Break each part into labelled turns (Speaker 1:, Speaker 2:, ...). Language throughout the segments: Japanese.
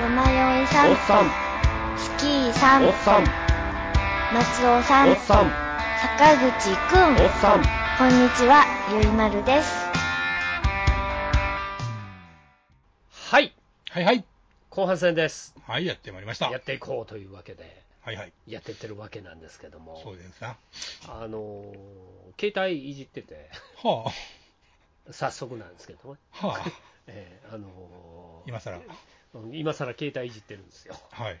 Speaker 1: さん
Speaker 2: さん
Speaker 1: スキーさん
Speaker 2: おっさん
Speaker 1: 松尾さん
Speaker 2: おっさん
Speaker 1: 坂口くん
Speaker 2: おっさん
Speaker 1: こんにちはゆいまるです
Speaker 3: はい、
Speaker 4: はいはい。
Speaker 3: 後半戦です。
Speaker 4: はい、やってまいりました。
Speaker 3: やっていこうというわけで、
Speaker 4: はいはい。
Speaker 3: やってってるわけなんですけども、
Speaker 4: そうですな。
Speaker 3: あのー携帯いじってて、
Speaker 4: は
Speaker 3: 早速なんですけども、
Speaker 4: あ、 はあ、
Speaker 3: えーあのー
Speaker 4: 今更。
Speaker 3: うん今更携帯いじってるんですよ。
Speaker 4: はい。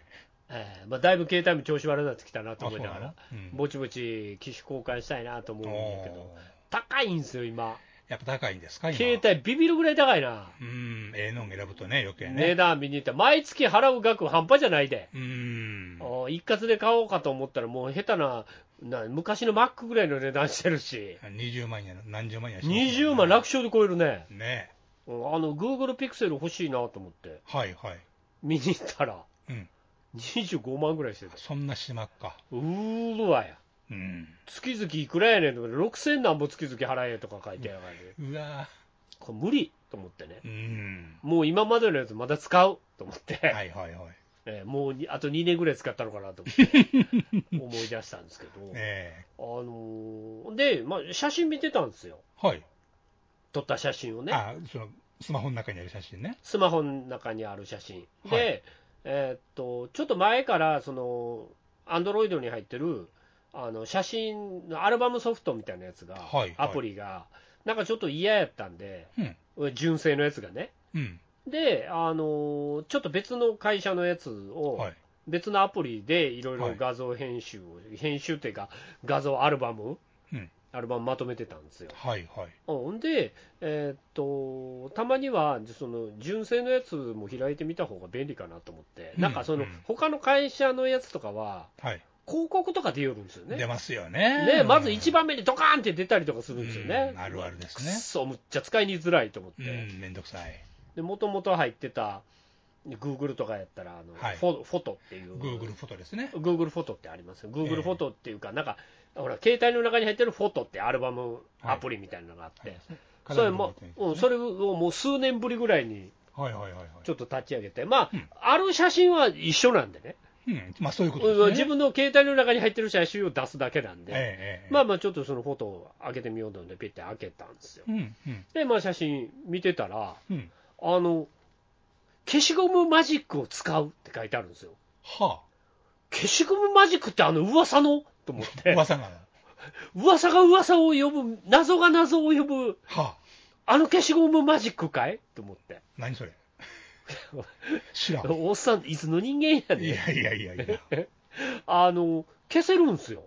Speaker 3: えーまあ、だいぶ携帯も調子悪くなってきたなと思いながら
Speaker 4: あ、そうなのうん
Speaker 3: ぼちぼち機種交換したいなと思うんだけど
Speaker 4: おー、
Speaker 3: 高いんですよ、今。
Speaker 4: やっぱ高いんですか、今。
Speaker 3: 携帯ビビるぐらい高いな。
Speaker 4: うーん、ええのん選ぶとね、余計
Speaker 3: 値
Speaker 4: ね。
Speaker 3: 段見に行ったら毎月払う額半端じゃないで。
Speaker 4: うーん。
Speaker 3: お一括で買おうかと思ったら、もう下手なな、昔の Mac ぐらいの値段してるし、
Speaker 4: 20万や、何十万やしますよね
Speaker 3: 20万楽勝で超えるね、
Speaker 4: ね
Speaker 3: うんあの Google ピクセル欲しいなと思って、
Speaker 4: はいはい。
Speaker 3: 見に行ったら、
Speaker 4: うん。
Speaker 3: 25万ぐらいしてた、
Speaker 4: そんなしまっか。
Speaker 3: うーわや、
Speaker 4: うん。
Speaker 3: 月々いくらやねんとか、6000なんぼ月々払えとか書いてあるからね、
Speaker 4: うわ
Speaker 3: これ無理と思ってね
Speaker 4: ー、うん。
Speaker 3: もう今までのやつまだ使うと思って、
Speaker 4: はいはいはい。
Speaker 3: えーもうにあと2年ぐらい使ったのかなと思って 思い出したんですけど、
Speaker 4: え
Speaker 3: あのーで、まあ、写真見てたんですよ。
Speaker 4: えはい。
Speaker 3: 撮った写真をね、
Speaker 4: あ、その、スマホの中にある写真ね。
Speaker 3: スマホの中にある写真、で、
Speaker 4: はい
Speaker 3: えーっとちょっと前から、そのアンドロイドに入ってるあの写真のアルバムソフトみたいなやつが、
Speaker 4: はいはい
Speaker 3: アプリが、なんかちょっと嫌やったんで、
Speaker 4: うん。
Speaker 3: 純正のやつがね。
Speaker 4: うん。
Speaker 3: で、あのちょっと別の会社のやつを、
Speaker 4: はい。
Speaker 3: 別のアプリでいろい
Speaker 4: は
Speaker 3: ろ
Speaker 4: い
Speaker 3: 画像編集を、編集っていうか、画像アルバム、
Speaker 4: うん
Speaker 3: アルバムまとめてたんですよ。
Speaker 4: はいはい。
Speaker 3: ほんで、えーっとたまにはその純正のやつも開いてみた方が便利かなと思って、
Speaker 4: うん
Speaker 3: なんかその
Speaker 4: うん
Speaker 3: 他の会社のやつとかは、
Speaker 4: はい。
Speaker 3: 広告とか出よるんですよ
Speaker 4: 出
Speaker 3: ね。
Speaker 4: ますよね。
Speaker 3: ね、まず
Speaker 4: 一
Speaker 3: 一番目にドカーンって出たりとかするんですよね。
Speaker 4: うんあるあるです
Speaker 3: くっ
Speaker 4: ね
Speaker 3: そ、むっちゃ使いにづらいと思っ
Speaker 4: う
Speaker 3: て、
Speaker 4: ん、めんどくさい。
Speaker 3: もともと入ってた Google とかやったらあの、
Speaker 4: はい
Speaker 3: フォ、フォトっていう、
Speaker 4: Google フォトですね。
Speaker 3: Google フォトってありますよ、
Speaker 4: え
Speaker 3: Google
Speaker 4: え
Speaker 3: フォトっていうか、なんか、ほら、携帯の中に入ってるフォトってアルバム、
Speaker 4: はい
Speaker 3: アプリみたいなのがあって、
Speaker 4: はい
Speaker 3: それも、うん、そ
Speaker 4: れ。
Speaker 3: れをもう数年ぶりぐらいに
Speaker 4: はいはいはいはい。
Speaker 3: ちょっと立ち上げて、まあ、
Speaker 4: うん
Speaker 3: ある写真は一緒なんでね、
Speaker 4: うん、まあそういうことですね。
Speaker 3: 自分の携帯の中に入ってる写真を出すだけなんで、
Speaker 4: ええええ
Speaker 3: まあまあ、ちょっとそのフォトを上げてみようと思って、ピッて開けたんですよ。
Speaker 4: うん、うん、
Speaker 3: で、まあ、写真見てたら、
Speaker 4: うん。
Speaker 3: あの、消しゴムマジックを使うって書いてあるんですよ。
Speaker 4: は
Speaker 3: 消しゴムマジックってあの噂のと思っ
Speaker 4: あ、
Speaker 3: て。
Speaker 4: 噂なの。
Speaker 3: 噂が噂を呼ぶ、謎が謎を呼ぶ、
Speaker 4: はあ、
Speaker 3: あの消しゴムマジックかいと思って。
Speaker 4: 何それ。知らん。
Speaker 3: おっさん、いつの人間や
Speaker 4: い
Speaker 3: ねん。
Speaker 4: やいやいやいや。
Speaker 3: あの、消せるんすよ。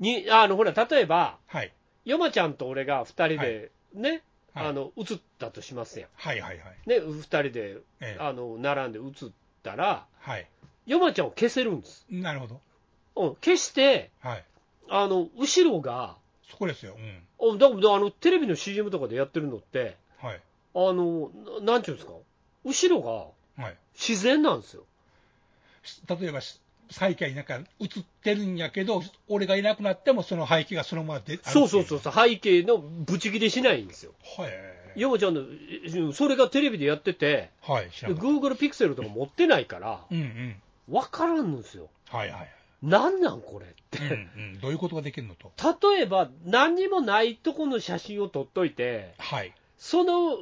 Speaker 3: に、あの、ほら、例えば、
Speaker 4: はい、
Speaker 3: ヨマちゃんと俺が二人
Speaker 4: は
Speaker 3: で、ね、
Speaker 4: はい
Speaker 3: あの、映ったとしますやん。
Speaker 4: はいはいはい。
Speaker 3: ね、二人で、
Speaker 4: ええ、
Speaker 3: あの、並んで映ったら、
Speaker 4: はい。
Speaker 3: ヨマちゃんを消せるんです。
Speaker 4: なるほど。
Speaker 3: うん、消して、
Speaker 4: はい。
Speaker 3: あの、後ろが、
Speaker 4: そこですよ。うん。
Speaker 3: おだからあの、テレビの CM とかでやってるのって、
Speaker 4: はい。
Speaker 3: あの、ななんちゅうんですか、後ろが
Speaker 4: はい。
Speaker 3: 自然なんですよ。
Speaker 4: し例えばし、最下位なんか映ってるんやけど、俺がいなくなってもその背景がそのまま出
Speaker 3: そうそうそうそ
Speaker 4: そ
Speaker 3: う、背景のブチ切れしないんですよ。
Speaker 4: う。はい。
Speaker 3: ヨモちゃんのえ、それがテレビでやってて、
Speaker 4: はい、知らんかった。
Speaker 3: Google ピクセルとか持ってないから、
Speaker 4: うんうん。
Speaker 3: 分からんのですよ。
Speaker 4: はいはい。
Speaker 3: なんなんこれって。
Speaker 4: うんうん。どういうことができるのと。
Speaker 3: 例えば、何にもないとこの写真を撮っといて、
Speaker 4: はい。
Speaker 3: その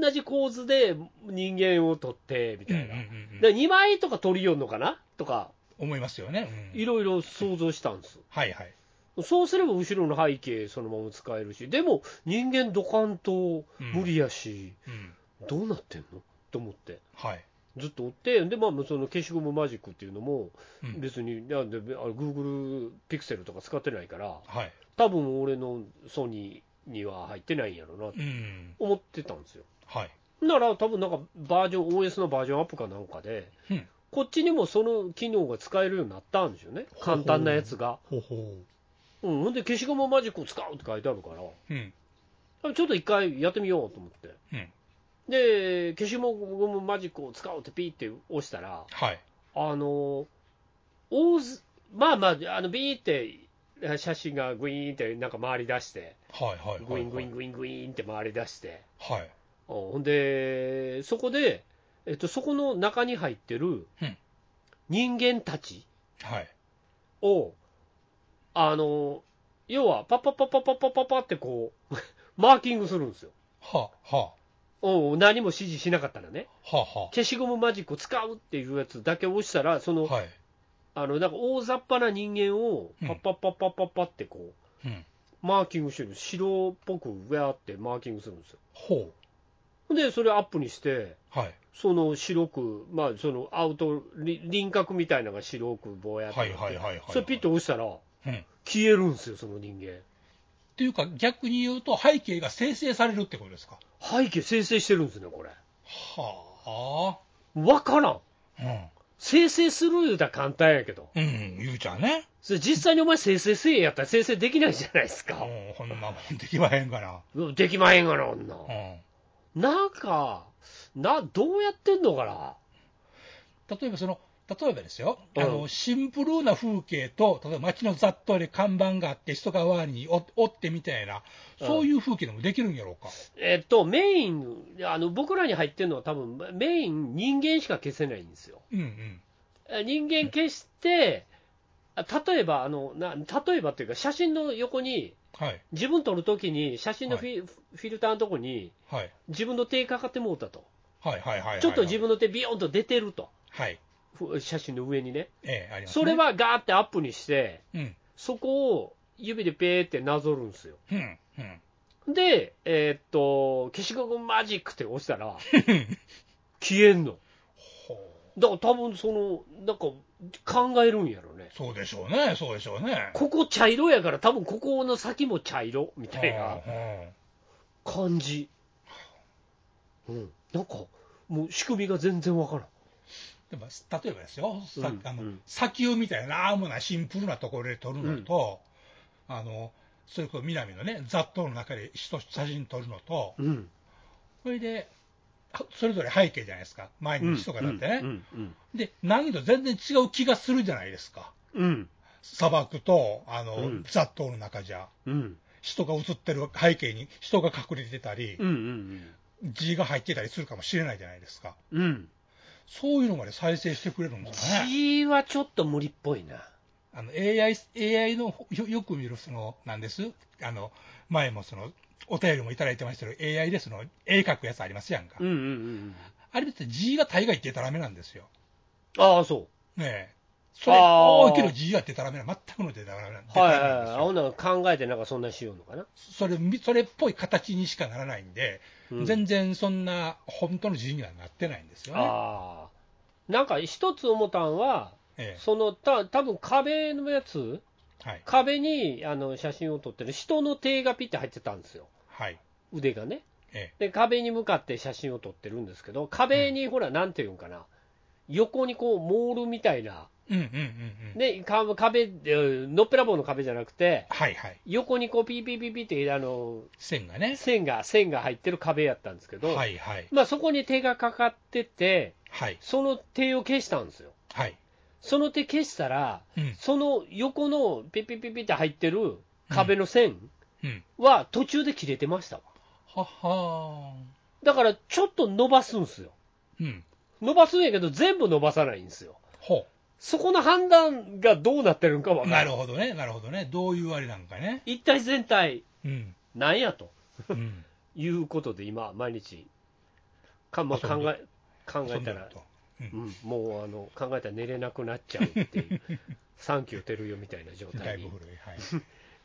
Speaker 3: 同じ構図で人間を撮って、みたいな。
Speaker 4: うんうんうんうん
Speaker 3: で2枚とか撮りよんのかなとか、
Speaker 4: 思いますよね。うん
Speaker 3: いろいろ想像したんです。
Speaker 4: はいはい。
Speaker 3: そうすれば後ろの背景そのまま使えるし、でも人間ドカンと無理やし、
Speaker 4: うん。
Speaker 3: どうなってんのと思って、
Speaker 4: はい。
Speaker 3: ずっと追って、で、まあ、その消しゴムマジックっていうのも
Speaker 4: うん、
Speaker 3: 別に、なんで、あの Google ピクセルとか使ってないから、
Speaker 4: はい。
Speaker 3: 多分俺のソニーには入ってないんやろうなと
Speaker 4: うん。
Speaker 3: 思ってたんですよ。
Speaker 4: はい。
Speaker 3: なら、多分なんかバージョン、OS のバージョンアップかなんかで、
Speaker 4: うん
Speaker 3: こっちにもその機能が使えるようになったんですよね、簡単なやつが。
Speaker 4: ほうほ
Speaker 3: うん、ほんで消しゴムマジックを使うって書いてあるから。
Speaker 4: う。うん。
Speaker 3: ちょっと一回やってみようと思って、
Speaker 4: うん
Speaker 3: で消しゴムマジックを使おうってピーって押したら、
Speaker 4: はい。
Speaker 3: あの大ずまあまあ、あのビーって写真がグイーンってなんか回り出して、
Speaker 4: はいはいはい。
Speaker 3: グイーングイーングイーングイーンって回り出して、
Speaker 4: はい。
Speaker 3: ほんで、そこで、えっと、そこの中に入ってる
Speaker 4: うん
Speaker 3: 人間たち
Speaker 4: はい。
Speaker 3: を、あの、要は、パッパッパッパッパッパッパッパってこう、 マーキングするんですよ。
Speaker 4: はあ、は
Speaker 3: うん何も指示しなかったらね。
Speaker 4: あ、はあ、は
Speaker 3: 消しゴムマジックを使うっていうやつだけ押したら、そ
Speaker 4: あ。
Speaker 3: の、
Speaker 4: はい。
Speaker 3: あの、なんか大雑把な人間を、
Speaker 4: うん
Speaker 3: パッパッパッパッパッパってこう、
Speaker 4: うん。
Speaker 3: マーキングしてる。白っぽく、ウェーってマーキングするんですよ。
Speaker 4: ほ
Speaker 3: ほんで、それアップにして、
Speaker 4: う。はい。
Speaker 3: その白く、まあ、そのアウト、り輪郭みたいなのが白くぼやっ
Speaker 4: はい
Speaker 3: て、
Speaker 4: はいはいはい。
Speaker 3: それピッと押したら、
Speaker 4: うん。っ
Speaker 3: 消えるんですよ、その人間。
Speaker 4: ていうか、逆に言うと、背景が生成されるってことですか。
Speaker 3: 背景生成してるんですね、これ。
Speaker 4: は
Speaker 3: わからん。
Speaker 4: あ。
Speaker 3: 生成する言うたら簡単やけど。
Speaker 4: うん。うん、ゆうちゃんね。
Speaker 3: それ実際にお前生成せえやったら生成できないじゃないですか。
Speaker 4: うん、こんなもんできまへんから。
Speaker 3: うんできまへんがな、女。
Speaker 4: うん。
Speaker 3: なんか、な、どうやってんのかな。
Speaker 4: 例えばその、例えばですよ、
Speaker 3: うん
Speaker 4: あのシンプルな風景と、例えば街の雑踏で看板があって、人がワにおおってみたいな、そういう風景でもできるんやろうか。
Speaker 3: えっと、メイン、あの僕らに入ってるのは、多分メイン、人間しか消せないんですよ。
Speaker 4: うんうん。
Speaker 3: え人間消して、あ例えばあのな、例えばっていうか、写真の横に、
Speaker 4: はい、
Speaker 3: 自分撮るときに、写真のフィ,、フィルターのとこに、
Speaker 4: はい、
Speaker 3: 自分の手かかってもうたと、
Speaker 4: はい、はい、はい。
Speaker 3: ちょっと
Speaker 4: はい
Speaker 3: 自。分の手、ビヨンと出てると、
Speaker 4: はい。
Speaker 3: ふ写真の上にね、
Speaker 4: ええ、あります、ね。
Speaker 3: それ、はガーってアップにして、
Speaker 4: うん、
Speaker 3: そこを指でペーってなぞるんですよ。
Speaker 4: うん、うん。
Speaker 3: で、えーっと、消しゴムマジックって押した ら、消えんの。
Speaker 4: ほう。
Speaker 3: だから多分その、なんか考えるんやろね。
Speaker 4: そうでしょうね、そうでしょうね。
Speaker 3: ここ茶色やから多分ここの先も茶色みたいな
Speaker 4: うん
Speaker 3: 感じ。うん。なんか、もう仕組みが全然わからん。
Speaker 4: でも例えばですよ、さ
Speaker 3: うん
Speaker 4: あの
Speaker 3: うん
Speaker 4: 砂丘みたいな、ああもないシンプルなところで撮るのと、あのそれこそ南のね、雑踏の中で人写真撮るのと、
Speaker 3: うん。
Speaker 4: それで、はそれぞれ背景じゃないですか、前に人がだってね、
Speaker 3: うん。うん。
Speaker 4: で難易度全然違う気がするじゃないですか、
Speaker 3: うん。
Speaker 4: 砂漠とあの、
Speaker 3: うん
Speaker 4: 雑踏の中じゃ、
Speaker 3: うん。
Speaker 4: 人が映ってる背景に人が隠れてたり
Speaker 3: う、ん。うん。
Speaker 4: 字が入ってたりするかもしれないじゃないですか、
Speaker 3: うん。
Speaker 4: そういうのまで再生してくれるんですかね。
Speaker 3: G はちょっと無理っぽいな。
Speaker 4: あの AI, AI のよよく見るその、なんですあの前もそのお便りもいただいてましたけど、AI でその絵描くやつありますやんか、
Speaker 3: うん。うん。うん。
Speaker 4: あれって字が大概でたらめなんですよ、
Speaker 3: ああ、そう。
Speaker 4: ねえ、それ
Speaker 3: あー
Speaker 4: 大きな字がでたらめな、全くのでたらめなんで
Speaker 3: はいはいはい。
Speaker 4: な
Speaker 3: ほ
Speaker 4: ん
Speaker 3: ん
Speaker 4: ですよ
Speaker 3: なら考えてなんかそんなしようのかな。
Speaker 4: それ、みそれっぽい形にしかならないんで、
Speaker 3: うん
Speaker 4: 全然そんな本当の字にはなってないんですよね。
Speaker 3: ああ。なんか一つ思ったんは、
Speaker 4: え
Speaker 3: そのた多分壁のやつ、
Speaker 4: えはい
Speaker 3: 壁にあの写真を撮ってる人の手がピッて入ってたんですよ、
Speaker 4: はい
Speaker 3: 腕がね。
Speaker 4: え
Speaker 3: で、壁に向かって写真を撮ってるんですけど、壁にほら、なんていうんかな、横にこう、モールみたいな、
Speaker 4: えうんうんうんうん。
Speaker 3: ね、か壁、えーのっぺらぼうの壁じゃなくて、
Speaker 4: はいはい。
Speaker 3: 横にこう、ピーピーピーピーって、あの、
Speaker 4: 線がね。
Speaker 3: 線が、線が入ってる壁やったんですけど、
Speaker 4: はいはい。
Speaker 3: まあそこに手がかかってて、
Speaker 4: はい
Speaker 3: その手を消したんですよ。
Speaker 4: はい。
Speaker 3: その手消したら、
Speaker 4: うん
Speaker 3: その横のピピピピって入ってる壁の線
Speaker 4: うん。
Speaker 3: は途中で切れてましたわ。
Speaker 4: ははー。
Speaker 3: だからちょっと伸ばすんですよ。
Speaker 4: うん。
Speaker 3: 伸ばすんやけど全部伸ばさないんですよ。
Speaker 4: ほ
Speaker 3: そこの判断がどうなってるんかわ
Speaker 4: う。
Speaker 3: か
Speaker 4: な
Speaker 3: る
Speaker 4: る。ほどね、なるほどね。どういうあれなんかね。
Speaker 3: 一体全体、
Speaker 4: うん。
Speaker 3: なんやと
Speaker 4: うん。
Speaker 3: いうことで今、毎日、かまあ、
Speaker 4: あそう
Speaker 3: 考え、考えたら、
Speaker 4: そんな
Speaker 3: う
Speaker 4: こ
Speaker 3: ん、もうあの考えたら寝れなくなっちゃうっていう、 サンキューてるよみたいな状
Speaker 4: と。うん。だ
Speaker 3: 態
Speaker 4: いぶ
Speaker 3: に、
Speaker 4: 古い。はい。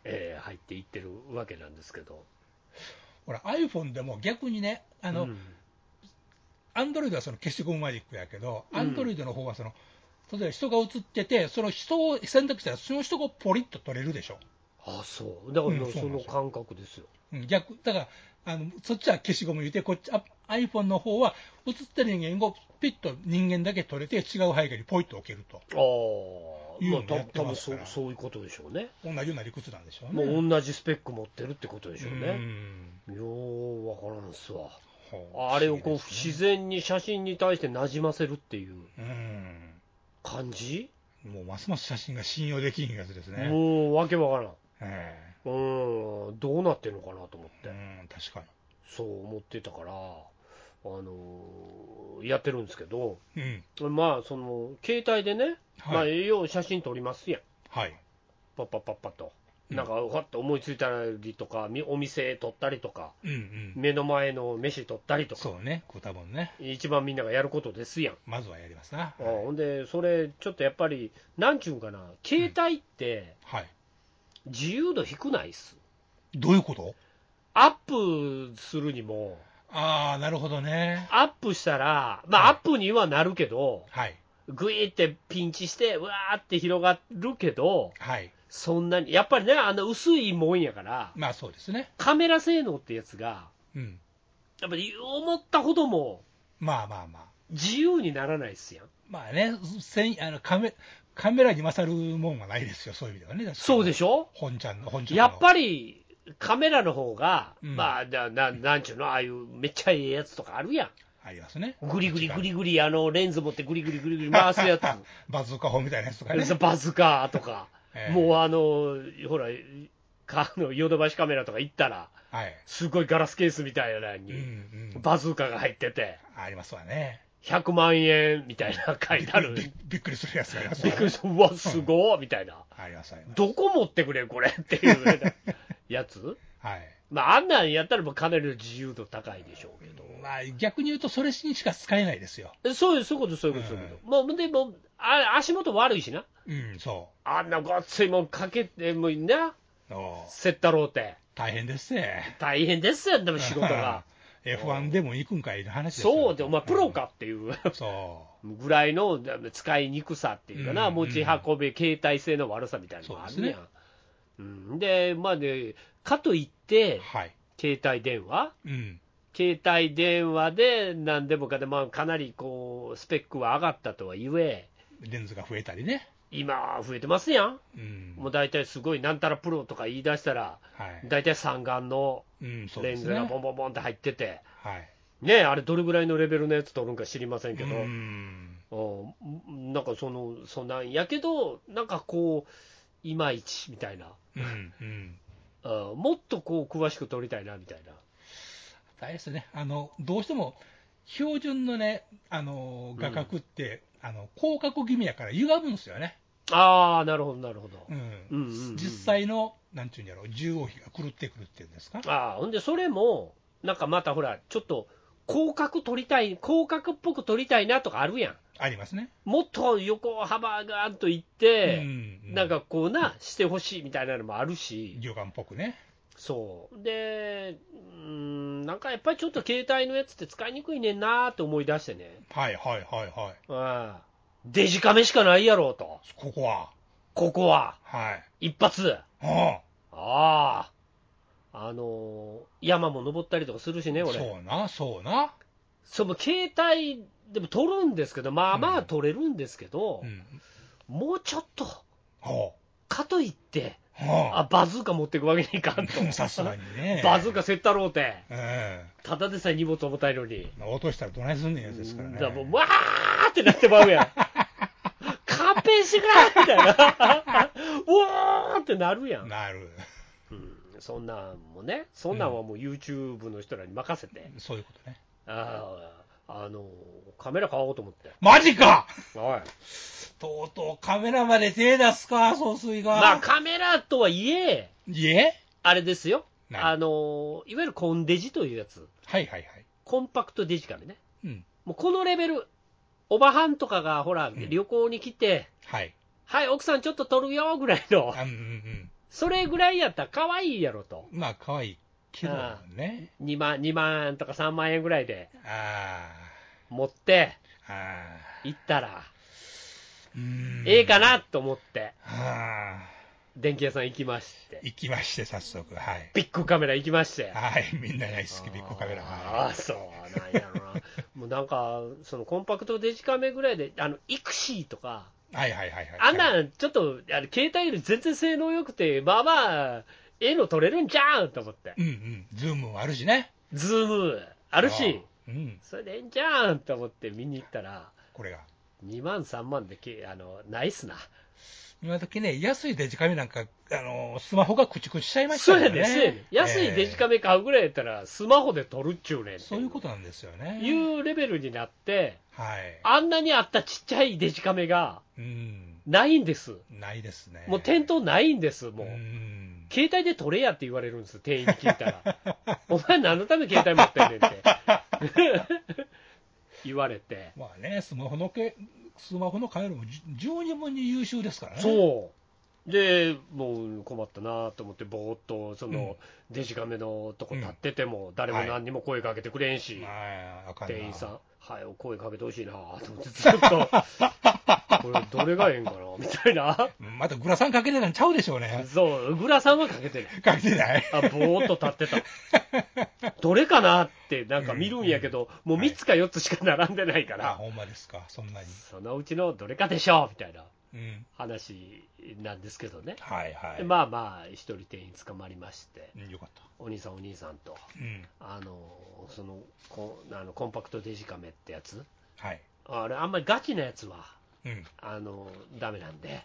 Speaker 3: えー入っていってるわけなんですけど。
Speaker 4: ほら、iPhone でも逆にね、あ
Speaker 3: う
Speaker 4: の、
Speaker 3: ん
Speaker 4: Android はその消しゴムマジックやけど、
Speaker 3: うん
Speaker 4: Android の方はその、例えば人が映ってて、その人を選択したら、その人がポリッと取れるでしょ。
Speaker 3: あそう、だから
Speaker 4: うんそう
Speaker 3: そ
Speaker 4: なん
Speaker 3: の
Speaker 4: ですよ
Speaker 3: 感覚ですよ。
Speaker 4: うん、逆、だから、あの、そっちは消しゴム言うて、こっち、あ iPhone の方は映ってる人間をピッと人間だけ取れて、違う背景にポイッと置けると。
Speaker 3: あ
Speaker 4: いう
Speaker 3: あ、
Speaker 4: の
Speaker 3: まあ、た
Speaker 4: やって
Speaker 3: 多分
Speaker 4: ます
Speaker 3: そ
Speaker 4: か
Speaker 3: う
Speaker 4: ら
Speaker 3: そういうことでしょうね。
Speaker 4: 同じような理屈なんでしょうね。
Speaker 3: もう同じスペック持ってるってことでしょう
Speaker 4: う
Speaker 3: ね。
Speaker 4: ん
Speaker 3: ようわからんっすわ。
Speaker 4: ほう
Speaker 3: あれをこう
Speaker 4: 不思議ですね
Speaker 3: 自然に写真に対してなじませるっていう
Speaker 4: う
Speaker 3: 感じ、
Speaker 4: ん、もうますます写真が信用できんやつですね。
Speaker 3: もうわけわからん。
Speaker 4: え
Speaker 3: うん、どうなってるのかなと思って
Speaker 4: えう、ん、確か
Speaker 3: そう思ってたから、あのーやってるんですけど、
Speaker 4: うん。
Speaker 3: まあ、その、携帯でね、まあ、
Speaker 4: はい。
Speaker 3: 栄養写真撮りますやん。
Speaker 4: はい。
Speaker 3: パッパッパッパッと。
Speaker 4: うん
Speaker 3: なんか、わって思いついたりとか、みお店撮ったりとか、
Speaker 4: うんうん。
Speaker 3: 目の前の飯撮ったりとか、
Speaker 4: そうね、こたぼんね。
Speaker 3: 一番みんながやることですやん。
Speaker 4: まずはやりますな。
Speaker 3: あほんで、それ、ちょっとやっぱり、なんちゅうんかな、携帯って
Speaker 4: はい。
Speaker 3: 自由度低ないっす。
Speaker 4: どういうこと
Speaker 3: アップするにも、
Speaker 4: ああ、なるほどね。
Speaker 3: アップしたら、まあ、
Speaker 4: は
Speaker 3: ア
Speaker 4: い
Speaker 3: ップにはなるけど、
Speaker 4: はい。
Speaker 3: グイってピンチして、うわーって広がるけど、
Speaker 4: はい。
Speaker 3: そんなに、やっぱりね、あの薄いもんやから、
Speaker 4: まあそうですね。
Speaker 3: カメラ性能ってやつが、
Speaker 4: うん。
Speaker 3: やっぱり思ったほども
Speaker 4: まあまあまあ。
Speaker 3: 自由にならないっすやん。
Speaker 4: まあね、せんあのカメカメラに勝るもんはないですよ、そういう意味ではね。
Speaker 3: そうで
Speaker 4: し
Speaker 3: しょ
Speaker 4: 本ちゃんの、本ちゃんの。
Speaker 3: やっぱりカメラの方が、
Speaker 4: うん
Speaker 3: まあなな、なんちゅうの、ああいうめっちゃええやつとかあるや
Speaker 4: ありますね。
Speaker 3: ん。グリグリグリグリ、あの、レンズ持ってグリグリグリグリ回す やつ。
Speaker 4: バズーカ砲みたいなやつとかね。
Speaker 3: バズカーとか、
Speaker 4: ええ
Speaker 3: もうあの、ほら、かあのヨドバシカメラとか行ったら、
Speaker 4: はい。
Speaker 3: すごいガラスケースみたいなの
Speaker 4: うん
Speaker 3: に、
Speaker 4: うん。
Speaker 3: バズーカが入ってて、
Speaker 4: ありますわね。
Speaker 3: 100万円みたいな書いてある
Speaker 4: び。びびっくりするやつがあります
Speaker 3: び
Speaker 4: わ
Speaker 3: っくりしたうわ、すごいみたいな。
Speaker 4: ありますあります。
Speaker 3: どこ持ってくれんこれっていうね やつ
Speaker 4: はい。
Speaker 3: まあ、あんなんやったらもうかなりの自由度高いでしょうけど。
Speaker 4: まあ逆に言うと、それにしか使えないですよ。
Speaker 3: えそういう、そういうこと、そういうこと、そういうこと。もう、でも、あ足元悪いしな。
Speaker 4: うん、そ
Speaker 3: あんなごっついもんかけて、もうな、
Speaker 4: う。おう
Speaker 3: せったろうて。
Speaker 4: 大変ですね。
Speaker 3: 大変ですよ、でも仕事が。
Speaker 4: F1 でも行くんか いの話ですよ
Speaker 3: そうで、お前、プロ。かっていう
Speaker 4: うんそ
Speaker 3: ぐらいの使いにくさっていうかな、
Speaker 4: うん
Speaker 3: 持ち運び、携帯性の悪さみたいなのがあるやん。うん、で、まあね、かといっ
Speaker 4: う。
Speaker 3: て、
Speaker 4: はい。
Speaker 3: 携帯電話
Speaker 4: うん。
Speaker 3: 携帯電話で何でもかで、まあ、かなりこうスペックは上がったとはいえ、
Speaker 4: レンズが増えたりね。
Speaker 3: 今、増えてますやん、
Speaker 4: うん。
Speaker 3: もう大体すごい、なんたらプロとか言い出したら、
Speaker 4: はい。
Speaker 3: 大体三眼の
Speaker 4: うん、そう
Speaker 3: レ
Speaker 4: で
Speaker 3: ン
Speaker 4: す
Speaker 3: ズ
Speaker 4: ね。
Speaker 3: がボンボンボンって入ってて、
Speaker 4: はい。
Speaker 3: ねあれ、どれぐらいのレベルのやつ撮るんか知りませんけど。
Speaker 4: うん。
Speaker 3: うんなんかその、そんなんやけど、なんかこう、いまいちみたいな、
Speaker 4: うん。うん。
Speaker 3: うんもっとこう詳しく撮りたいなみたいな、
Speaker 4: 大変ですね。あの、どうしても、標準のね、あの、画角って、あの、広角気味やから歪むんですよね。
Speaker 3: ああ、なるほど、なるほど、
Speaker 4: うん。
Speaker 3: うんうんうん
Speaker 4: 実際の、なんちゅうんやろう、縦横比が狂ってくるっていうんですか。
Speaker 3: ああほんで、それも、なんかまたほら、ちょっと広角撮りたい、広角っぽく撮りたいなとかあるやん、
Speaker 4: ありますね。
Speaker 3: もっと横幅がーんといっ
Speaker 4: う
Speaker 3: て、
Speaker 4: う
Speaker 3: なんか、こうな、してほしいみたいなのもあるし、
Speaker 4: 魚眼っぽくね。
Speaker 3: そう、で、うん、なんかやっぱりちょっと携帯のやつって使いにくいねんなーって思い出してね。
Speaker 4: はいはいはいは
Speaker 3: う
Speaker 4: い。
Speaker 3: んデジカメしかないやろうと、
Speaker 4: ここは。
Speaker 3: ここは、
Speaker 4: はい。
Speaker 3: 一発、
Speaker 4: あ
Speaker 3: ああ、あのー山も登ったりとかするしね、
Speaker 4: あ。
Speaker 3: 俺、
Speaker 4: そうな、そうな。
Speaker 3: その携帯でも撮るんですけど、まあまあ撮れるんですけど、
Speaker 4: うん。
Speaker 3: もうちょっと、
Speaker 4: ほ
Speaker 3: かといって、
Speaker 4: う。ほ
Speaker 3: あバズーカ持ってくわけにいかんと、
Speaker 4: う。さすがにね。
Speaker 3: バズーカせったろうて、
Speaker 4: え
Speaker 3: ただでさえ荷物重たいのに、
Speaker 4: え落としたらどないすんねんやつですからね。
Speaker 3: だからもう、わーってなってまうやん。勘弁してくれみたいな。うわーってなるやん。
Speaker 4: なる。
Speaker 3: うんそんなんもね、そんなんはもう YouTube の人らに任せて、
Speaker 4: そういうことね。
Speaker 3: あーあのカメラ買おうと思って、
Speaker 4: マジか
Speaker 3: はい
Speaker 4: とうとうカメラまで手出すか、総帥が。
Speaker 3: まあ、カメラとはいえ、
Speaker 4: いえ
Speaker 3: あれですよ、
Speaker 4: 何
Speaker 3: あのいわゆるコンデジというやつ、
Speaker 4: はいはいはい。
Speaker 3: コンパクトデジカメね、
Speaker 4: うん。
Speaker 3: もうこのレベル、おばはんとかがほら、
Speaker 4: ん
Speaker 3: 旅行に来て、
Speaker 4: はい。
Speaker 3: はい、奥さんちょっと撮るよぐらいの、
Speaker 4: あうんうん
Speaker 3: それぐらいやったら可愛いやろと、
Speaker 4: うん。まあ、可愛いけどね。
Speaker 3: 2万 ,2 万とか3万円ぐらいで
Speaker 4: あ
Speaker 3: 持って
Speaker 4: あ。あ
Speaker 3: 行ったら、
Speaker 4: あ。うん。
Speaker 3: ええかなと思って。
Speaker 4: ああ。
Speaker 3: 電気屋さん行きまして、
Speaker 4: 行きまして、早速。はい。
Speaker 3: ビッグカメラ行きまして、
Speaker 4: はい。みんな大好き、ビッグカメラ。
Speaker 3: あ
Speaker 4: は
Speaker 3: あ、そうなんやろな、もうなんか、そのコンパクトデジカメぐらいで、あのイクシーとか、
Speaker 4: いはいはいはい。
Speaker 3: あんなんちょっとあの携帯より全然性能良くて、まあまあ、絵の撮れるんじゃんと思って
Speaker 4: う、んうん。ズームもあるしね。
Speaker 3: ズームあ
Speaker 4: あ
Speaker 3: るし、
Speaker 4: あ。うん。
Speaker 3: それでええんじゃんと思って見に行ったら、
Speaker 4: これが。
Speaker 3: 2万、3万でけあのないっすな、
Speaker 4: 今時ね、安いデジカメなんか、あのスマホがクチクチしちゃいまし
Speaker 3: そ
Speaker 4: た
Speaker 3: う
Speaker 4: か
Speaker 3: や
Speaker 4: らね。
Speaker 3: ね、そうやね。安いデジカメ買うぐらいやったら、スマホで撮るっちゅうねん
Speaker 4: え
Speaker 3: っ
Speaker 4: ー
Speaker 3: て
Speaker 4: そういうことなんですよね。
Speaker 3: いうレベルになって、
Speaker 4: はい。
Speaker 3: あんなにあったちっちゃいデジカメが
Speaker 4: うん。
Speaker 3: ないんです。
Speaker 4: ないですね。
Speaker 3: もう店頭ないんです、もう。
Speaker 4: うん。
Speaker 3: 携帯で撮れやって言われるんです、店員に聞いたら。 お前何のため携帯持ってんねんって。 言われて。
Speaker 4: まあね、スマホのけ、スマホのカメラもじ十二分に優秀ですからね。
Speaker 3: そう。で、もう困ったなと思って、ぼーっと、その、デジカメのとこ立ってても、誰も何にも声かけてくれんし、
Speaker 4: まあ、あかんな
Speaker 3: 店員さん、はい、お声かけてほしいなと思って、ずっと、これ、どれがええんかなみたい な。
Speaker 4: うん。またグラサンかけてたんちゃうでしょうね。
Speaker 3: そう、グラさんはかけてる。
Speaker 4: かけてない。
Speaker 3: あぼーっと立って た、どれかなってなんか見るんやけど、もう3つか4つしか並んでないから、
Speaker 4: あ、ほんまですか。そんなに。
Speaker 3: そのうちのどれかでしょうみたいな
Speaker 4: うん。
Speaker 3: 話なんですけどね、
Speaker 4: はいはい。
Speaker 3: でまあまあ、1人店員捕まりまして、
Speaker 4: うんよかった。
Speaker 3: お兄さん、お兄さんと、
Speaker 4: うん。
Speaker 3: あのそのこあのコンパクトデジカメってやつ、
Speaker 4: はい。
Speaker 3: あれ、あんまりガチなやつは。
Speaker 4: うん。
Speaker 3: あのダメなん で、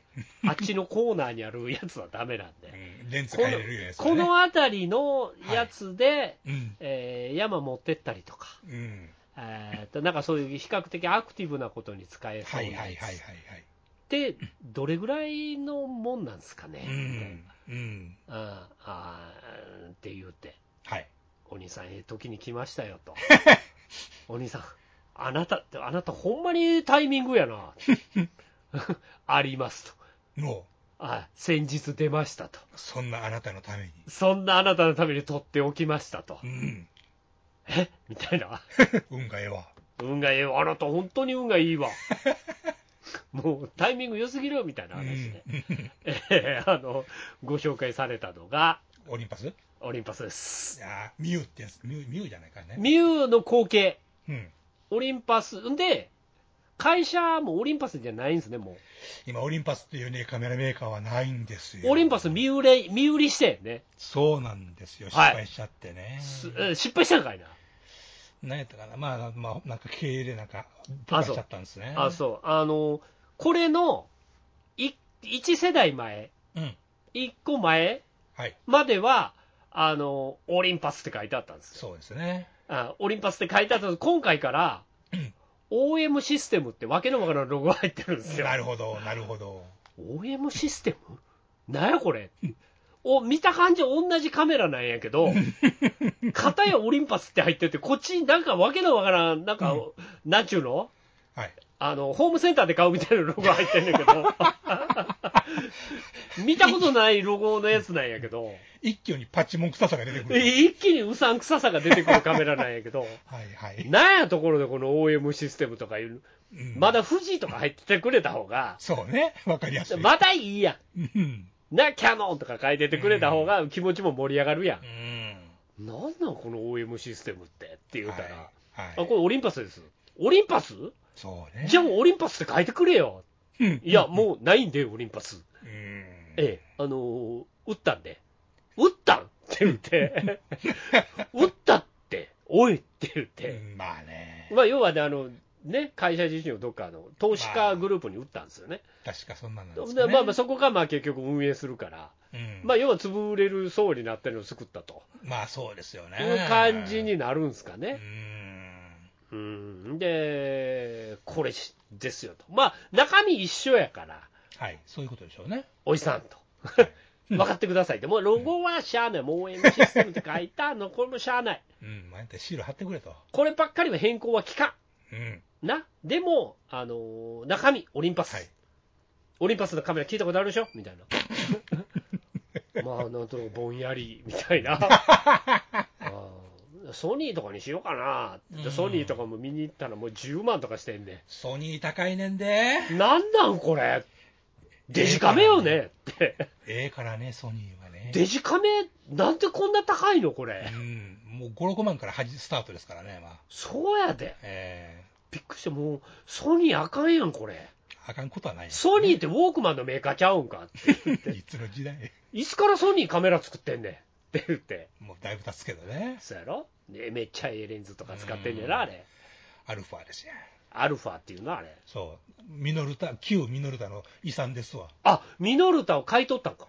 Speaker 3: あっちのコーナーにあるやつはダメなん
Speaker 4: う
Speaker 3: で、
Speaker 4: んレンズ
Speaker 3: こ
Speaker 4: 変え
Speaker 3: の
Speaker 4: れるやつ、ね。
Speaker 3: この辺りのやつで、
Speaker 4: うん。
Speaker 3: えー山持ってったりとか、
Speaker 4: うん。
Speaker 3: えーっとなんかそういう比較的アクティブなことに使えそ
Speaker 4: は
Speaker 3: う
Speaker 4: いはい
Speaker 3: な
Speaker 4: はい
Speaker 3: や
Speaker 4: はい
Speaker 3: つって、どれぐらいのもんなんですかね、
Speaker 4: はい。うん。うん。
Speaker 3: あーあーって言うて、
Speaker 4: はい。
Speaker 3: お兄さん、ええ時に来ましたよ と、お兄さん、あなたって、あなた、ほんまにタイミングや な、ありますと。
Speaker 4: も
Speaker 3: あ先日出ましたと、
Speaker 4: う、そんなあなたのために。
Speaker 3: そんなあなたのために取っておきましたと
Speaker 4: う、ん。
Speaker 3: えみたいな、
Speaker 4: 運がええわ。
Speaker 3: 運がいいわ、あなた、本当に運がいいわ、 もうタイミング良すぎるよみたいな
Speaker 4: う
Speaker 3: 話で、
Speaker 4: ん。
Speaker 3: えー あのご紹介されたのが、
Speaker 4: オリンパス
Speaker 3: オリンパスです。
Speaker 4: あミューってやつ。ミュー、ミューじゃないからね。
Speaker 3: ミューの後継、
Speaker 4: うん。
Speaker 3: オリンパス、んで、会社もオリンパスじゃないんですね、も
Speaker 4: 今、オリンパスっていうね、カメラメーカーはないんです
Speaker 3: う、
Speaker 4: よ。
Speaker 3: オリンパス見売れ、見売りしてんね、
Speaker 4: そうなんですよ。失
Speaker 3: はい
Speaker 4: 敗しちゃってね。
Speaker 3: すえ失敗したんかいな。
Speaker 4: なんやったかな。まあ、まあ、なんか経営でなんか、
Speaker 3: あ
Speaker 4: ぶ
Speaker 3: そう
Speaker 4: っしちゃったんですね。
Speaker 3: あそうあのこれのい1世代前、
Speaker 4: う。うん。
Speaker 3: 1個前
Speaker 4: はい。
Speaker 3: まではあの、オリンパスって書いてあったんですよ、
Speaker 4: そうですね。
Speaker 3: あオリンパスって書いてあったんです今回から、OM システムってわけのわからんロゴが入ってるんですよ。
Speaker 4: なるほど、なるほど。
Speaker 3: OM システムなんやこれお見た感じ、同じカメラなんやけど、片やオリンパスって入ってて、こっちになんかわけのわからん、なんか、なんちゅうの
Speaker 4: はい。
Speaker 3: あの、ホームセンターで買うみたいなロゴ入ってんねんけど、見たことないロゴのやつなんやけど、
Speaker 4: 一挙にパッチモン臭さが出てくる。
Speaker 3: 一気にうさんくささが出てくるカメラなんやけど、
Speaker 4: はいはい。
Speaker 3: なんやところでこの OM システムとかいう、
Speaker 4: うん
Speaker 3: まだ富士とか入っててくれた方が、
Speaker 4: そうね。わかりやすい。
Speaker 3: まだいいやん。
Speaker 4: うん。
Speaker 3: な、キャノンとか書いててくれた方が気持ちも盛り上がるや。
Speaker 4: うんん。
Speaker 3: なんなんこの OM システムってって言うたら、
Speaker 4: はい。
Speaker 3: あ、
Speaker 4: はい
Speaker 3: これオリンパスです。オリンパス
Speaker 4: そうね。
Speaker 3: じゃあもうオリンパスって書いてくれよ。
Speaker 4: うん
Speaker 3: いや、もうないんで、オリンパス。
Speaker 4: うん。
Speaker 3: ええ、あのー打ったんで。打ったんって言って、 打ったって、おいって言って、
Speaker 4: うんまあね。
Speaker 3: まあ、要はね、あの、ね、会社自身をどっかあの投資家グループに打ったんですよね。
Speaker 4: 確かそんなんなんです
Speaker 3: で
Speaker 4: かね。
Speaker 3: まあまあ、そこがまあ結局運営するから、
Speaker 4: うん
Speaker 3: まあ、要は潰れる層になってるのを救ったと
Speaker 4: まあそうですよね。
Speaker 3: いう感じになるんですか
Speaker 4: う
Speaker 3: ね。
Speaker 4: ん。
Speaker 3: うん、で、これしですよと、まあ、中身一緒やから、
Speaker 4: はい。そういうことでしょうね。
Speaker 3: おじさんと。分かってくださいって、もうロゴはしゃあない、もう OM システムって書い たの、これもしゃあない、
Speaker 4: うん。まあ、あんたシール貼ってくれと。
Speaker 3: こればっかりは変更は効か
Speaker 4: うん。
Speaker 3: ん。な、でも、あのー中身、オリンパス、
Speaker 4: はい
Speaker 3: オリンパスのカメラ聞いたことあるでしょみたい な。まあ、なんとなくぼんやりみたいな。あーソニーとかにしようかな。
Speaker 4: う
Speaker 3: で
Speaker 4: ん
Speaker 3: ソニーとかも見に行ったらもう10万とかしてんね
Speaker 4: ソニー高いねんで。
Speaker 3: ん。なんなんこれデジカメよねって。
Speaker 4: ええからね、ソニーはね。
Speaker 3: デジカメなんてこんな高いのこ
Speaker 4: う
Speaker 3: れ。
Speaker 4: ん。もう5、6万からはじスタートですからね、まあ。
Speaker 3: そうやで。
Speaker 4: え
Speaker 3: びっくりして、もうソニーあかんやんこれ。
Speaker 4: えあかんことはない。
Speaker 3: ソニーってウォークマンのメーカーちゃうんかって。
Speaker 4: いつの時代。
Speaker 3: いつからソニーカメラ作ってんねんって言って。
Speaker 4: もうだいぶ経つけどね。
Speaker 3: そうやろ、ね、めっちゃええレンズとか使ってんねんな、あれ。
Speaker 4: アルファですよ。
Speaker 3: アルファっていうのあれ。
Speaker 4: そう、ミノルタ、旧ミノルタの遺産ですわ。
Speaker 3: あ、ミノルタを買い取ったんか。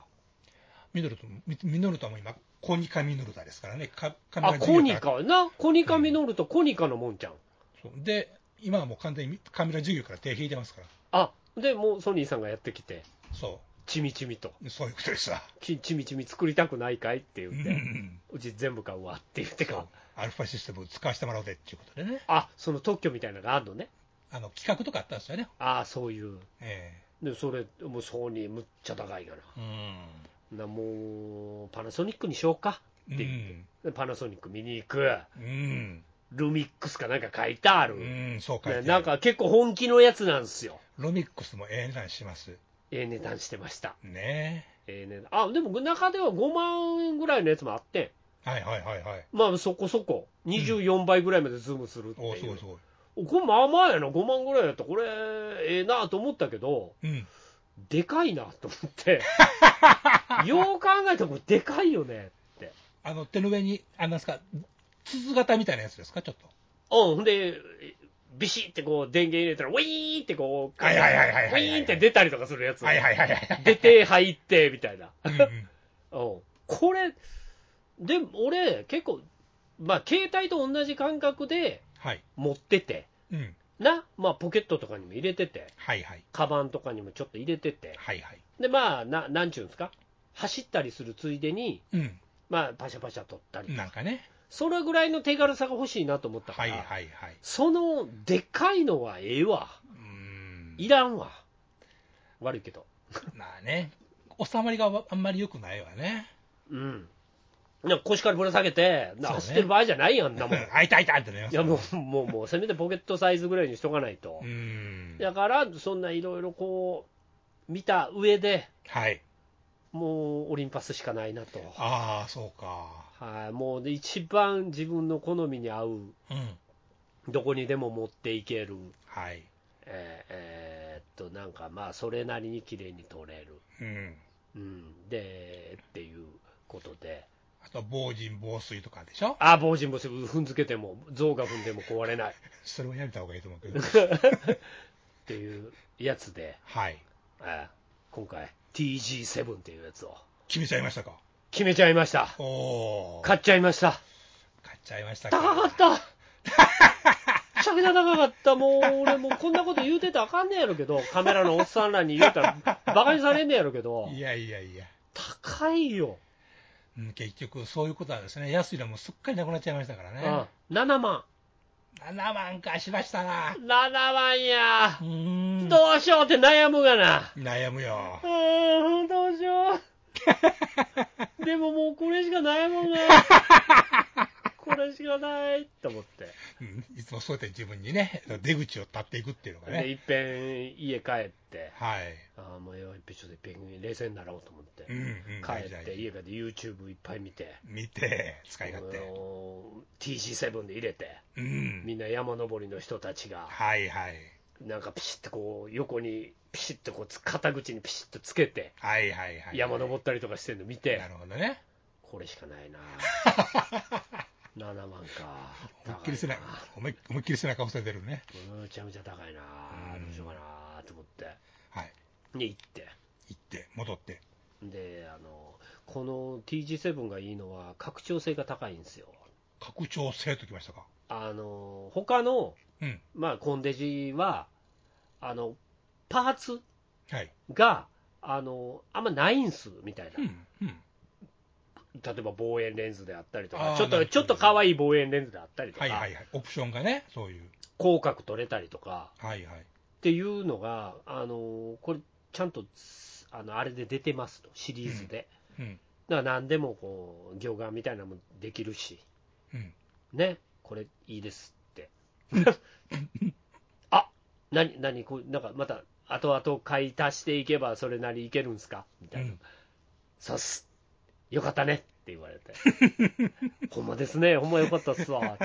Speaker 4: ミノルタも、ミミノルタも今、コニカミノルタですからね。か神
Speaker 3: あ、
Speaker 4: 楽事
Speaker 3: コ
Speaker 4: 業
Speaker 3: ニ
Speaker 4: から
Speaker 3: カな。コニカミノルタ、コニカのもんちゃん。
Speaker 4: そうで、今はもう完全にカメラ事業から手引いてますから。
Speaker 3: あ、で、もうソニーさんがやってきて、
Speaker 4: そ
Speaker 3: ちみちみと。
Speaker 4: う、そういうことですわ。
Speaker 3: きちみちみ作りたくないかいって
Speaker 4: う
Speaker 3: 言って、
Speaker 4: ん
Speaker 3: うち全部買うわって言って
Speaker 4: そ
Speaker 3: か
Speaker 4: う。アルファシステムを使わせてもらおうぜっていうことでね。
Speaker 3: あ、その特許みたいなのがあるのね。
Speaker 4: あの、企画とかあったんですよね。
Speaker 3: ああ、そういう。
Speaker 4: え
Speaker 3: で、それ、もうソニーむっちゃ高いから。
Speaker 4: え
Speaker 3: なもう、パナソニックにしようか
Speaker 4: う
Speaker 3: っ
Speaker 4: ん。
Speaker 3: て言って、でパナソニック見に行く。
Speaker 4: うん。
Speaker 3: ルミックスかなんか書いてある。
Speaker 4: うん、そう書いてあ
Speaker 3: ね
Speaker 4: る
Speaker 3: なんか結構本気のやつなんですよ。
Speaker 4: ロミックスもええ値段します。
Speaker 3: ええ値段してました。
Speaker 4: ね
Speaker 3: ええ値段。あ、でも中では5万円ぐらいのやつもあって、
Speaker 4: え。はいはいはいはい。
Speaker 3: まあそこそこ、24倍ぐらいまでズームするって
Speaker 4: おお、す
Speaker 3: い
Speaker 4: ご
Speaker 3: う
Speaker 4: いす。ごい。
Speaker 3: おこれまあまあやな、5万ぐらいやったこれ、ええなと思ったけど、
Speaker 4: うん。
Speaker 3: でかいなと思 って、よう考えてもでかいよねって。
Speaker 4: あの、手の上に、あ、なんですか、筒型みたいなやつですか、ちょっと。
Speaker 3: うん、ほんで、ビシってこう電源入れたら、ウィーンってこう、
Speaker 4: はいはいはいはいはいはい
Speaker 3: ウィーンって出たりとかするやつ。
Speaker 4: はいはいはい はい。
Speaker 3: 出て、入って、みたいな。
Speaker 4: うんうん
Speaker 3: うん。これ、で、俺、結構、まあ、携帯と同じ感覚で
Speaker 4: はい。
Speaker 3: 持ってて、
Speaker 4: うん。
Speaker 3: な、まあ、ポケットとかにも入れてて、
Speaker 4: はいはい。
Speaker 3: カバンとかにもちょっと入れてて、
Speaker 4: はいはい。
Speaker 3: で、まあ、ななんちゅうんですか、走ったりするついでに、
Speaker 4: う
Speaker 3: まあ、パシャパシャ撮ったり
Speaker 4: ん。、なんかね。
Speaker 3: それぐらいの手軽さが欲しいなと思ったか
Speaker 4: はい
Speaker 3: ら、
Speaker 4: はいはい。
Speaker 3: そのでっかいのはええわ。
Speaker 4: うーん。
Speaker 3: いらんわ。悪いけど。
Speaker 4: まあね。収まりがわあんまり良くないわね。
Speaker 3: うん。なんか腰からぶら下げて、な
Speaker 4: そうね
Speaker 3: 走ってる場合じゃないやんな
Speaker 4: う
Speaker 3: もん。
Speaker 4: んあいたいたってなりま
Speaker 3: い
Speaker 4: す
Speaker 3: や
Speaker 4: よ
Speaker 3: もう、もう、もう、せめてポケットサイズぐらいにしとかないと
Speaker 4: う。ん。
Speaker 3: だから、そんないろいろこう、見た上で、
Speaker 4: はい。
Speaker 3: もうオリンパスしかないなと。
Speaker 4: ああ、そうか。
Speaker 3: はい、もうで一番自分の好みに合う、
Speaker 4: うん。
Speaker 3: どこにでも持っていける、
Speaker 4: はい。
Speaker 3: えーえーっと、なんかまあ、それなりに綺麗に撮れる、
Speaker 4: うん。
Speaker 3: うん、で、っていうことで、
Speaker 4: あと、防塵防水とかでしょ
Speaker 3: あ、防塵防水、踏んづけても、象が踏んでも壊れないっ
Speaker 4: それもやめた方がいいと思う けど。
Speaker 3: ていうやつで、
Speaker 4: はい。
Speaker 3: えー今回、TG7 っていうやつを
Speaker 4: 決めちゃいましたか。
Speaker 3: 決めちゃいました。
Speaker 4: おお。
Speaker 3: 買
Speaker 4: 買
Speaker 3: っちゃいました。
Speaker 4: っちゃいました
Speaker 3: 高かった。しゃべら高かった、もう俺、もうこんなこと言うてたらあかんねやろけど、カメラのおっさんらに言うたら、バカにされんねやろけど、
Speaker 4: いやいやいや。
Speaker 3: 高いよ、
Speaker 4: うん結局、そういうことなんですね。安いのもすっかりなくなっちゃいましたから
Speaker 3: う
Speaker 4: ね
Speaker 3: ん。、7万、
Speaker 4: 7万かしましたな。
Speaker 3: 7万や
Speaker 4: う、ーん。
Speaker 3: どうしようって悩むがな、
Speaker 4: 悩むよ
Speaker 3: う。ーん、どうしよう、でももうこれしかないもんな、これしかないと思って、
Speaker 4: うんいつもそうやって自分にね、出口を立っていくっていうのが
Speaker 3: で
Speaker 4: ね。
Speaker 3: いっぺん家帰って、
Speaker 4: はい。
Speaker 3: ああ、もうよ、ちょっといっぺん冷静になろうと思って。
Speaker 4: うんうん。
Speaker 3: 帰
Speaker 4: 大事
Speaker 3: っ
Speaker 4: 大
Speaker 3: て
Speaker 4: 事
Speaker 3: 家帰って YouTube いっぱい見て、
Speaker 4: 見て、使い勝
Speaker 3: あ
Speaker 4: 手。
Speaker 3: の TC7 で入れて、
Speaker 4: うん。
Speaker 3: みんな山登りの人たちが、
Speaker 4: はいはい。
Speaker 3: なんかピシッとこう、横に、ピシッとこうつ、肩口にピシッとつけて、
Speaker 4: はいはいはい。
Speaker 3: 山登ったりとかしてるの見て
Speaker 4: な、るほどね。
Speaker 3: これしか ないな7万か。
Speaker 4: 思いっきり背
Speaker 3: 高い
Speaker 4: 中
Speaker 3: な、
Speaker 4: 思い思いっきり背中押されてるね。
Speaker 3: むちゃむちゃ高いな
Speaker 4: うん
Speaker 3: どうしようかなと思って。
Speaker 4: はい。
Speaker 3: で、行って。
Speaker 4: 行って、戻って。
Speaker 3: で、あの、この TG7 がいいのは、拡張性が高いんですよ。
Speaker 4: 拡張性ときましたか。
Speaker 3: あの、他の、
Speaker 4: うん。
Speaker 3: まあ、コンデジは、あの、パーツ
Speaker 4: はい。
Speaker 3: が、あの、あんまないんす、みたいな。
Speaker 4: うん。うん。
Speaker 3: 例えば望遠レンズであったりとか、
Speaker 4: あー
Speaker 3: ちょっ
Speaker 4: な
Speaker 3: と、
Speaker 4: るほど
Speaker 3: ちょっと可愛い望遠レンズであったりとか、
Speaker 4: はいはいはい。オプションがね、そういう。
Speaker 3: 広角取れたりとか、
Speaker 4: はいはい。
Speaker 3: っていうのが、あの、これ、ちゃんと、あの、あれで出てますと、シリーズで。
Speaker 4: うん。
Speaker 3: だから何でも、こう、魚眼みたいなのもできるし、
Speaker 4: うん。
Speaker 3: ね、これいいです って。あ、なに、なに、こうなんかまた、後々買い足していけばそれなりいけるんすかみたいな。
Speaker 4: うん
Speaker 3: そうっす。よかったねって言われて。 ほんまですね、ほんまよかったっすわ。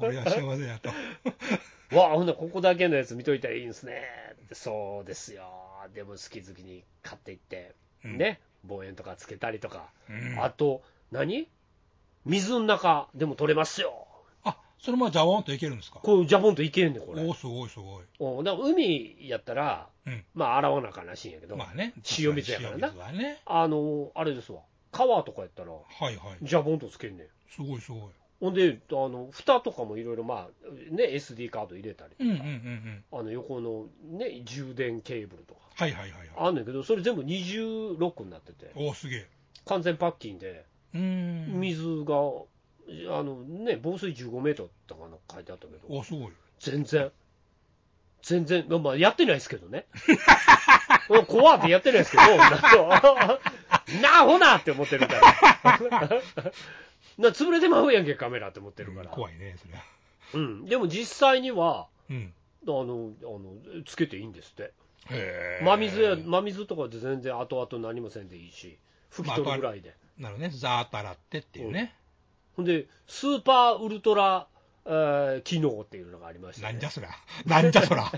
Speaker 4: 俺は幸せや と。
Speaker 3: わあ、ほんならここだけのやつ見といたらいいんすね。そうですよ。でも好き好きに買っていって、
Speaker 4: うん。
Speaker 3: ね、望遠とかつけたりとか。
Speaker 4: うん。
Speaker 3: あと、何水の中でも取れますよ。
Speaker 4: あ、そのままジャワーンといけるんですか
Speaker 3: こうジャボンといけんねんこれ
Speaker 4: おおすごいすごい。
Speaker 3: おだから海やったら、
Speaker 4: うん。
Speaker 3: まあ、洗わなあかんらしいんやけど、
Speaker 4: まあね。
Speaker 3: 塩水やからな
Speaker 4: 塩水はね。
Speaker 3: あのあれですわ川とかやったら
Speaker 4: はいはい。
Speaker 3: ジャボンとつけんねん
Speaker 4: すごいすごい。
Speaker 3: ほんであの蓋とかもいろいろまあね SD カード入れたり
Speaker 4: うんうんうんうん。
Speaker 3: あの横のね充電ケーブルとか
Speaker 4: はいはいはいはい。
Speaker 3: あんねんけどそれ全部26になってて
Speaker 4: おおすげえ。
Speaker 3: 完全パッキンで
Speaker 4: うーん。
Speaker 3: 水があのね防水15メートルとかなんか書いてあったけど
Speaker 4: おおすごい。
Speaker 3: 全然全然まあまあやってないですけどね うん怖ってやってないですけどなんか なあほなって思ってるから な潰れてまうやんけカメラって思ってるから、
Speaker 4: 怖いね、それは。
Speaker 3: うん、でも実際には
Speaker 4: うん。
Speaker 3: あのあのつけていいんですって、
Speaker 4: へえ。
Speaker 3: 真水や真水とかで全然後々何もせんでいいし、拭き取るぐらいで、
Speaker 4: なるほどね。ザーッと洗ってっていうね。
Speaker 3: ほんで、スーパーウルトラ、えー機能っていうのがありまして、
Speaker 4: なん
Speaker 3: ね
Speaker 4: じ、ゃそ ら。なんじゃそら。
Speaker 3: あ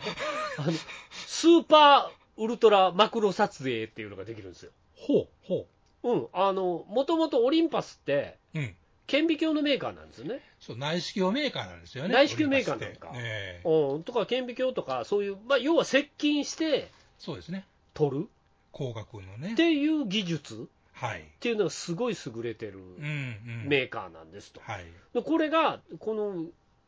Speaker 3: のスーパーウルトラマクロ撮影っていうのができるんですよ。
Speaker 4: ほうほ
Speaker 3: うん、あのもともとオリンパスって
Speaker 4: う。うん。
Speaker 3: 顕微鏡のメーカーなんですよね。
Speaker 4: そう、内視鏡メーカーなんですよね。
Speaker 3: 内視鏡メーカーなんか
Speaker 4: オリンパスってええ
Speaker 3: うん、とか顕微鏡とかそういう、まあ、要は接近して
Speaker 4: そうですね。
Speaker 3: 撮る
Speaker 4: 工学のね
Speaker 3: っ。ていう技術っ
Speaker 4: はい。
Speaker 3: ていうのがすごい優れてる
Speaker 4: うんうん。
Speaker 3: メーカーなんですと。
Speaker 4: はい。
Speaker 3: でこれが、この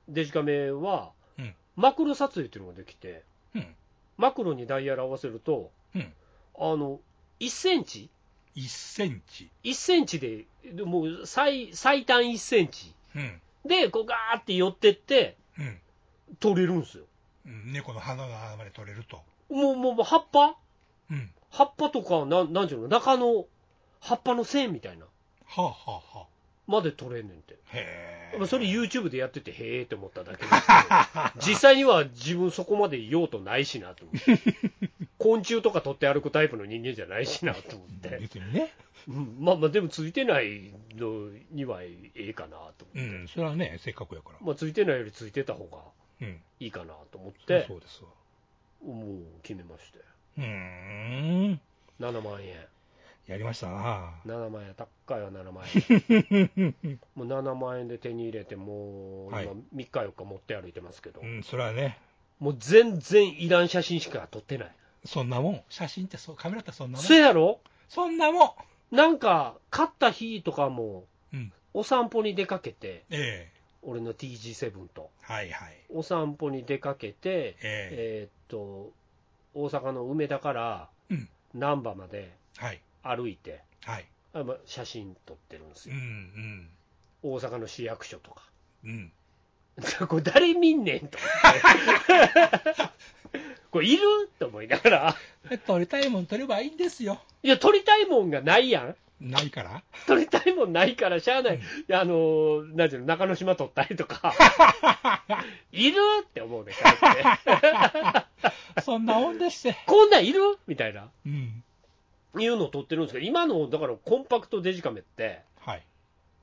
Speaker 3: デジカメは、
Speaker 4: うん
Speaker 3: マクロ撮影っていうのができて、
Speaker 4: うん。
Speaker 3: マクロにダイヤル合わせると、
Speaker 4: うん。
Speaker 3: あの1センチ、
Speaker 4: 1センチ。
Speaker 3: 1センチで、でもう最最短1センチ
Speaker 4: うん。
Speaker 3: で、こうガーって寄ってって、
Speaker 4: うん
Speaker 3: 取れるんですよ。
Speaker 4: うん。猫の鼻の穴まで取れると。
Speaker 3: もう、もうもう葉っぱ
Speaker 4: うん。
Speaker 3: 葉っぱとか、なんなんていうの、中の葉っぱの線みたいな、
Speaker 4: はあ、はあはあ、
Speaker 3: まで取れんねんて。
Speaker 4: へ
Speaker 3: まあ
Speaker 4: え。
Speaker 3: それ YouTube でやってて、へえって思っただけ ですけど、実際には自分そこまで用途ないしなと思って、昆虫とか取って歩くタイプの人間じゃないしなと思って、
Speaker 4: 別にね。
Speaker 3: うんまあまあ、でもついてないのにはええかなと
Speaker 4: う
Speaker 3: 思って、
Speaker 4: ん。それはね、せっかくやから。
Speaker 3: まあ、ついてないよりついてた方が
Speaker 4: うん。
Speaker 3: いいかなと思っ
Speaker 4: そう
Speaker 3: て
Speaker 4: そ、うですわ。
Speaker 3: もう決めまして、
Speaker 4: うーん。
Speaker 3: 7万円、
Speaker 4: やりましたな。
Speaker 3: 7万円、高いわ、7万円、 もう7万円で手に入れて、もう今、
Speaker 4: はい
Speaker 3: 3日、4日持って歩いてますけど
Speaker 4: う、ん、それはね、
Speaker 3: もう全然いらん写真しか撮ってない。
Speaker 4: そんなもん。写真ってそう、カメラってそんなもん。
Speaker 3: せやろ
Speaker 4: そんなもん。
Speaker 3: なんか、勝った日とかも、
Speaker 4: うん。
Speaker 3: お散歩に出かけて、
Speaker 4: ええ
Speaker 3: 俺の TG7 と、
Speaker 4: はいはい。
Speaker 3: お散歩に出かけて、
Speaker 4: え
Speaker 3: えーっと、大阪の梅田から
Speaker 4: えうん。
Speaker 3: 難波まで
Speaker 4: はい。
Speaker 3: 歩いて、
Speaker 4: はい。
Speaker 3: あま写真撮ってるんです
Speaker 4: う
Speaker 3: よ、
Speaker 4: ん
Speaker 3: 大阪の市役所とか。
Speaker 4: うん。うん。
Speaker 3: これ誰見んねんと思 ってこれいると思いながら、
Speaker 4: え撮りたいもん撮ればいいんですよ。
Speaker 3: いや、撮りたいもんがないやん。
Speaker 4: ないから。
Speaker 3: 撮りたいもんないから、しゃあない、いやあのーなんていうの、中之島撮ったりと か、いるって思うね、帰って
Speaker 4: そんなもんですって。
Speaker 3: こんなんいるみたいな、
Speaker 4: うん。
Speaker 3: いうのを撮ってるんですけど、今の、だからコンパクトデジカメって、
Speaker 4: はい。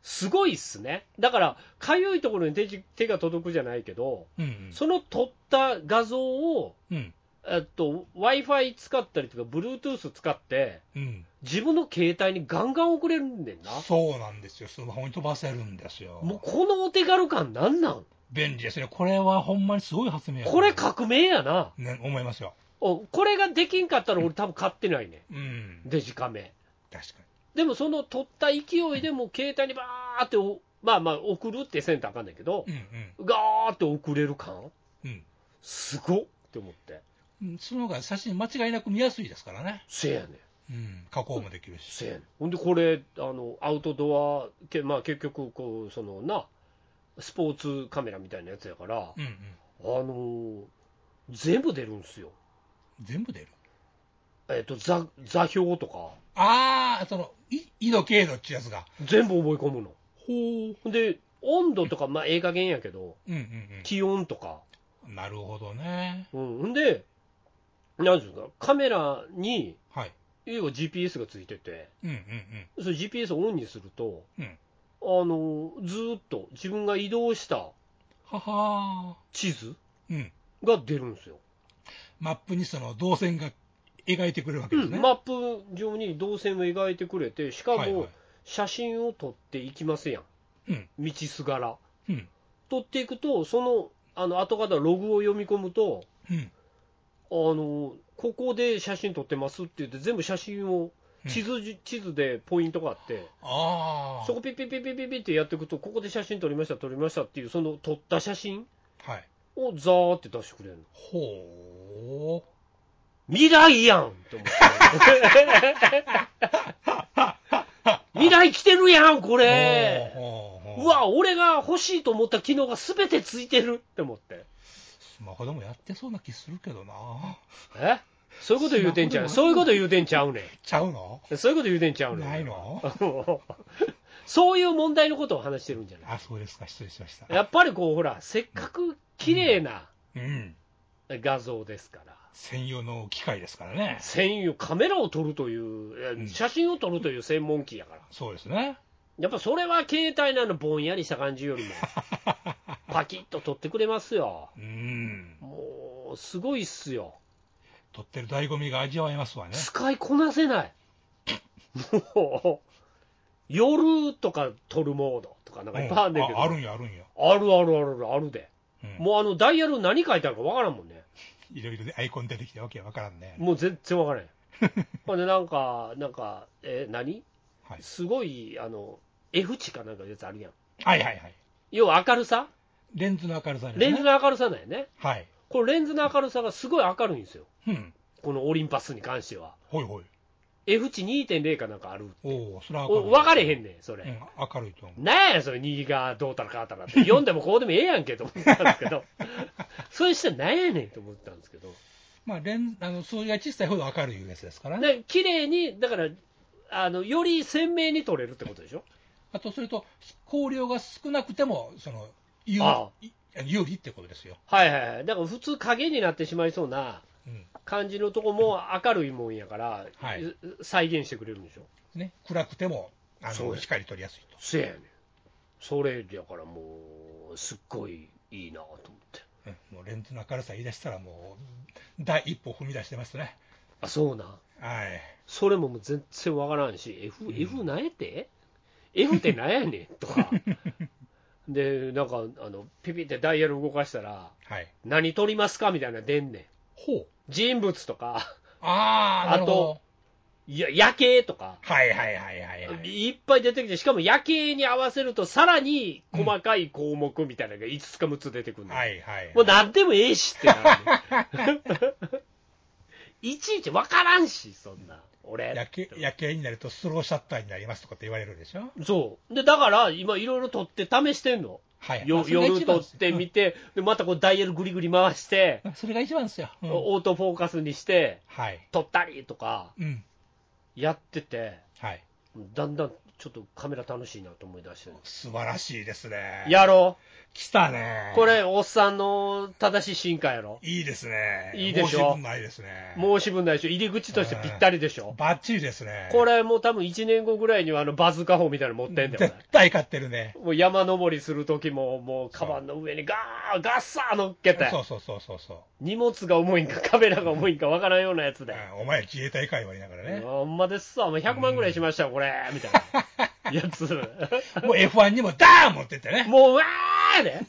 Speaker 3: すごいっすね、だから、かゆいところに手じ手が届くじゃないけど、
Speaker 4: うんうん。
Speaker 3: その撮った画像を、
Speaker 4: うん。
Speaker 3: えっと、w i f i 使ったりとか、Bluetooth 使って、
Speaker 4: うん。
Speaker 3: 自分の携帯にガンガン送れるんねんな、
Speaker 4: そうなんですよ。スマホに飛ばせるんですよ。
Speaker 3: もうこのお手軽感、なんなん、
Speaker 4: 便利ですね。これはほんまにすごい発明やと
Speaker 3: こ
Speaker 4: 思う
Speaker 3: れ革命やな。
Speaker 4: ね、思いますよ。
Speaker 3: おこれができんかったら俺多分買ってないね、
Speaker 4: うん。
Speaker 3: デジカメ。
Speaker 4: 確か
Speaker 3: でもその取った勢いでもう携帯にバーってお、まあまあ送るってせんとあかんねんけど
Speaker 4: に。、
Speaker 3: ガーって送れる感、
Speaker 4: うんうん。
Speaker 3: すごっって思って。
Speaker 4: うん。その方が写真間違いなく見やすいですからね。
Speaker 3: せやねん、
Speaker 4: うん。加工もできるし。
Speaker 3: せやねん。ほんでこれ、あの、アウトドア、けまあ結局、こう、そのな、スポーツカメラみたいなやつやから、あ
Speaker 4: うんうん。
Speaker 3: のー全部出るんですよ。
Speaker 4: 全部出る。
Speaker 3: えっ、と、座、座標とか、
Speaker 4: あー、その、い、緯度経度っていうやつが。
Speaker 3: 全部覚え込むの。
Speaker 4: ほう。
Speaker 3: ほんで、温度とか、まあ、ええ加減やけど、
Speaker 4: うんうん
Speaker 3: 気温とか、
Speaker 4: うん。なるほどね。
Speaker 3: うん、ほんで、なんていうんですか、カメラに、
Speaker 4: はい。
Speaker 3: 要は GPS がついてて、
Speaker 4: うんうん
Speaker 3: それ GPS をオンにすると、
Speaker 4: うん。うん。
Speaker 3: あのずーっと自分が移動した
Speaker 4: はは
Speaker 3: 地図
Speaker 4: ー。うん。
Speaker 3: が出るんですよ、
Speaker 4: マップにその動線が描いてくれるわけ
Speaker 3: う
Speaker 4: です
Speaker 3: ん
Speaker 4: ね。
Speaker 3: マップ上に動線を描いてくれて、しか
Speaker 4: はいは
Speaker 3: も
Speaker 4: い
Speaker 3: 写真を撮っていきますやん、
Speaker 4: うん
Speaker 3: 道すがら。
Speaker 4: うん。
Speaker 3: 取っていくと、その、あの、後方ログを読み込むと、
Speaker 4: うん。
Speaker 3: あの、ここで写真撮ってますって言って、全部写真を、地図じ、地図でポイントがあって、
Speaker 4: ああ。
Speaker 3: そこピッピッピッピッピッピッってやっていくと、ここで写真撮りました、撮りましたっていう、その撮った写真
Speaker 4: はい。
Speaker 3: をザーって出してくれるの。
Speaker 4: ほ
Speaker 3: 未来やんって 思って。未来来てるやん、こ
Speaker 4: う。
Speaker 3: れ。
Speaker 4: ほうほうほ
Speaker 3: うわ、俺が欲しいと思った機能が全てついてるって思って。
Speaker 4: スマホでもやってそうな気するけどな。
Speaker 3: えそういうこと言うてんちゃう。そういうこと言うてんちゃうね
Speaker 4: ちゃうの
Speaker 3: ん。そういうこと言うてんちゃうねん。
Speaker 4: ないの
Speaker 3: そういう問題のことを話してるんじゃない
Speaker 4: あ、そうですか。失礼しました。
Speaker 3: やっぱりこう、ほら、せっかく綺麗な
Speaker 4: うん。
Speaker 3: 画像ですから。
Speaker 4: 専用の機械ですからね。
Speaker 3: 専用カメラを撮るというえー
Speaker 4: うん
Speaker 3: 写真を撮るという専門機やから、
Speaker 4: そうですね。
Speaker 3: やっぱそれは携帯なのぼんやりした感じよ りもパキッと撮ってくれますよ
Speaker 4: うん。
Speaker 3: もうすごいっすよ
Speaker 4: 撮ってる醍醐味が味わえますわね。
Speaker 3: 使いこなせ ないもう夜とか撮るモードとかなんかいっぱいあるねんけど、
Speaker 4: ああるんや、あるんや。
Speaker 3: あるあるあるあるで
Speaker 4: うん。
Speaker 3: もうあのダイヤル何書いてあるかわからんもんね
Speaker 4: いろいろでアイコン出てきたわけわからんね。
Speaker 3: もう全然わからん ほんでなんかなんかえー何
Speaker 4: はい。
Speaker 3: すごいあの F 値かなんかいうやつあるやん
Speaker 4: はいはいはい。
Speaker 3: 要は明るさ、
Speaker 4: レンズの明るさですね。
Speaker 3: レンズの明るさなんやね、
Speaker 4: はい。
Speaker 3: これ、レンズの明るさがすごい明るいんですよ、
Speaker 4: うん。
Speaker 3: このオリンパスに関しては、
Speaker 4: ほいほい。
Speaker 3: F 値2.0かなんかある、
Speaker 4: おお、それは明る
Speaker 3: お
Speaker 4: い。
Speaker 3: 分かれへんねん、そ
Speaker 4: うん
Speaker 3: れ、、
Speaker 4: 明るいと思う。
Speaker 3: なんやそれ、右がどうたらかあたらって、読んでもこうでもええやんけと思ったんですけ ど、それしたらなんやねんと思ったんですけど、
Speaker 4: まあ、レンズ、あの、数字が小さいほど明るいやつですからね。
Speaker 3: で綺麗に、だからあの、より鮮明に撮れるってことでしょ、
Speaker 4: あと、それと、光量が少なくても、その、有
Speaker 3: あ
Speaker 4: い有利ってことですよ。
Speaker 3: はいはいはい、だから普通、影になってしまいそうな
Speaker 4: うん。
Speaker 3: 感じのとこも明るいもんやから、
Speaker 4: はい
Speaker 3: 再現してくれるんでしょ。
Speaker 4: ね。暗くても、あ
Speaker 3: そう
Speaker 4: の、
Speaker 3: です
Speaker 4: 光取りやすい
Speaker 3: せやねんそれやからもうすっごいいいなと思って
Speaker 4: と。うん。もう、レンズの明るさ言い出したら、もう、第一歩踏み出してますね。
Speaker 3: あそうなん
Speaker 4: はい。
Speaker 3: それももう全然わからんし F,、
Speaker 4: うん
Speaker 3: F なんやて F ってなんやねんと かでなんかあのピピってダイヤル動かしたら
Speaker 4: はい。
Speaker 3: 何撮りますかみたいなの出んねん
Speaker 4: ほう。
Speaker 3: 人物とか
Speaker 4: ああ、なるほど。
Speaker 3: いや夜景とか
Speaker 4: はいはいはいはいはい。
Speaker 3: いっぱい出てきてしかも夜景に合わせるとさらに細かい項目みたいなのが5つか6つ出てくるの、
Speaker 4: はいはい、はい。
Speaker 3: もう何でもええしってなる ねいちいち分からんし、そんな、俺。
Speaker 4: 夜景夜景になるとスローシャッターになりますとかって言われるでしょ
Speaker 3: そう。で、だから、今、いろいろ撮って試してんの。
Speaker 4: はい。
Speaker 3: よ
Speaker 4: あそれが
Speaker 3: 夜
Speaker 4: 一番
Speaker 3: 撮
Speaker 4: で
Speaker 3: っ
Speaker 4: す
Speaker 3: てみて、でまたこうダイヤルぐりぐり回して、
Speaker 4: うんそれが一番ですよ。うん
Speaker 3: オートフォーカスにして、
Speaker 4: はい。
Speaker 3: 撮ったりとか、
Speaker 4: うん。
Speaker 3: やってて、
Speaker 4: はい。
Speaker 3: だんだんちょっとカメラ楽しいなと思い出してる。
Speaker 4: 素晴らしいですね。、
Speaker 3: やろ
Speaker 4: 来た
Speaker 3: う
Speaker 4: ね。。
Speaker 3: こ。れ、おっさんの正しい進化やろ。
Speaker 4: いいですね。
Speaker 3: いいでしょ
Speaker 4: 申分ないですね。
Speaker 3: 申し分ないでしょ。入り口としてぴったりでしょ。
Speaker 4: バッチリですね。
Speaker 3: これもう多分1年後ぐらいにはあのバズカホみたいなの持ってんだよ
Speaker 4: 絶対買ってるね。
Speaker 3: 俺もう山登りする時ももうカバンの上にガーガッサー乗っけて
Speaker 4: そうそうそうそうそう。
Speaker 3: 荷物が重いんかカメラが重いんかわからんようなやつで
Speaker 4: うんお前自衛隊会話言いながらね。
Speaker 3: ほんまですわもう100万ぐらいしましたよこれみたいなや つ
Speaker 4: もう F1 にもダーン持ってってね。
Speaker 3: もううわーで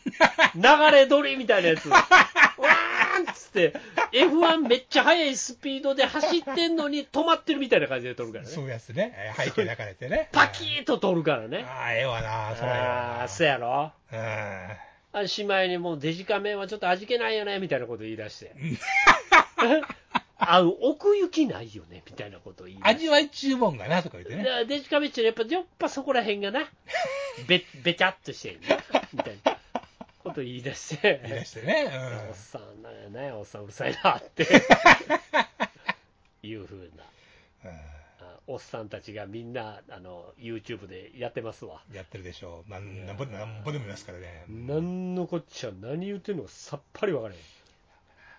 Speaker 3: 流れ鳥みたいなやつわーんっつって F1 めっちゃ速いスピードで走ってんのに止まってるみたいな感じで撮るからね
Speaker 4: そういうやつね。えー背景抱かれてね。
Speaker 3: パキーッと撮るからね
Speaker 4: ああ、ええわな。それ
Speaker 3: ああーそうやろ
Speaker 4: え
Speaker 3: あしまいにもうデジカメはちょっと味気ないよねみたいなこと言い出して あ奥行きないよねみたいなこと言い
Speaker 4: え
Speaker 3: 出して
Speaker 4: 味わい注文がなとか言って
Speaker 3: だ
Speaker 4: ね。
Speaker 3: からデジカメっていうのはやっぱやっぱそこら辺がなべべちゃっとしてるねみたいなこと言い出し
Speaker 4: 言い出
Speaker 3: て
Speaker 4: してね。
Speaker 3: おっさんなんやねおっさんうるさいなって いうふうな
Speaker 4: うんうん
Speaker 3: あおっさんたちがみんなあの YouTube でやってますわ
Speaker 4: やってるでしょう。なんなんぼなんぼでもいますからね。
Speaker 3: 何のこっちゃ何言ってんのかさっぱり分からへん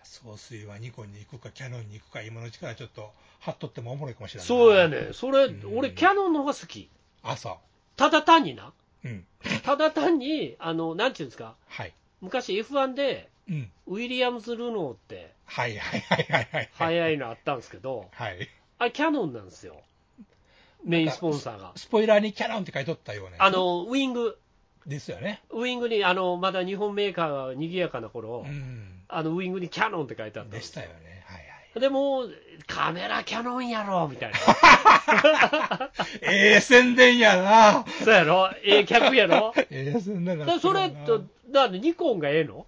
Speaker 4: 総帥はニコンに行くか、キャノンに行くか、今のうちからちょっと、貼っとってもおもろいかもしれない。
Speaker 3: そうや。ねそれ、
Speaker 4: うん
Speaker 3: 俺キャノンの方が好き
Speaker 4: 朝。
Speaker 3: ただ単にな
Speaker 4: うん。
Speaker 3: ただ単にあのなんていうんですか
Speaker 4: はい。
Speaker 3: 昔 F1 で
Speaker 4: うん。
Speaker 3: ウィリアムズ・ルノーって
Speaker 4: はいはいはいはいはい。
Speaker 3: 速いのあったんですけど、
Speaker 4: はい。
Speaker 3: あれキャノンなんですよメインスポンサーが
Speaker 4: スポイラーにキャノンって書いとったような。
Speaker 3: あ、のウイング
Speaker 4: ですよね。
Speaker 3: ウイングにあのまだ日本メーカーが賑やかな頃、
Speaker 4: うん。
Speaker 3: あのウイングにキャノンって書いてあったん
Speaker 4: で
Speaker 3: で
Speaker 4: し
Speaker 3: す
Speaker 4: たよね。はいはい。
Speaker 3: でもうカメラキャノンやろみたいな
Speaker 4: ええ宣伝やな。
Speaker 3: そうやろええ客や ろ
Speaker 4: ええ宣伝
Speaker 3: だか
Speaker 4: なな
Speaker 3: らそれとだってニコンがええの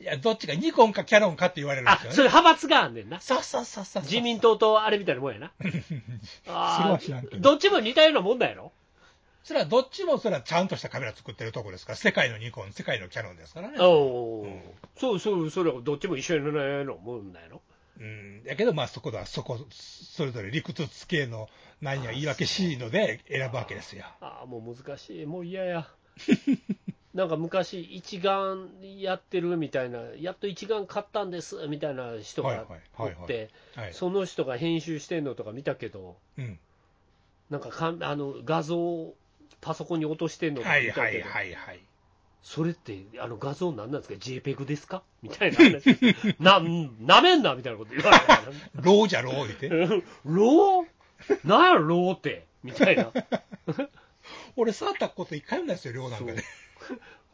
Speaker 4: いや、どっちか、ニコンかキャノンかって言われるん
Speaker 3: あ
Speaker 4: です
Speaker 3: そ
Speaker 4: よね。
Speaker 3: れ派閥があんねんな
Speaker 4: そうそうそうそう。
Speaker 3: 自民党とあれみたいなもんや な
Speaker 4: それ
Speaker 3: あ
Speaker 4: は知らんけ
Speaker 3: ー
Speaker 4: ど
Speaker 3: どっちも似たようなもんだやろ
Speaker 4: それはどっちもそれはちゃんとしたカメラ作ってるとこですから、世界のニコン、世界のキャノンですからね。
Speaker 3: お
Speaker 4: う
Speaker 3: ー
Speaker 4: ん
Speaker 3: そうそうそれはどっちも一緒になるのもんだよ
Speaker 4: うん。だけど、まあそこはそこ、それぞれ理屈つけの、何や言い訳しいので選ぶわけですよ。
Speaker 3: ああもう難しいもう嫌 やなんか昔一眼やってるみたいなやっと一眼買ったんですみたいな人
Speaker 4: はいは
Speaker 3: が
Speaker 4: い
Speaker 3: お
Speaker 4: はいはい
Speaker 3: って
Speaker 4: はい。
Speaker 3: その人が編集してんのとか見たけど
Speaker 4: うん。
Speaker 3: なんかかんあの画像をパソコンに落としてんのとか
Speaker 4: はい
Speaker 3: 見た
Speaker 4: は
Speaker 3: け
Speaker 4: い
Speaker 3: ど
Speaker 4: はいはい。
Speaker 3: それってあの画像何なんですか JPEG ですかみたいな話 ななめんなみたいなこと言われたから
Speaker 4: ローじゃロー言って。
Speaker 3: ローなんやろローってみたいな。
Speaker 4: 俺触ったこと一回もないですよ、量なんかで。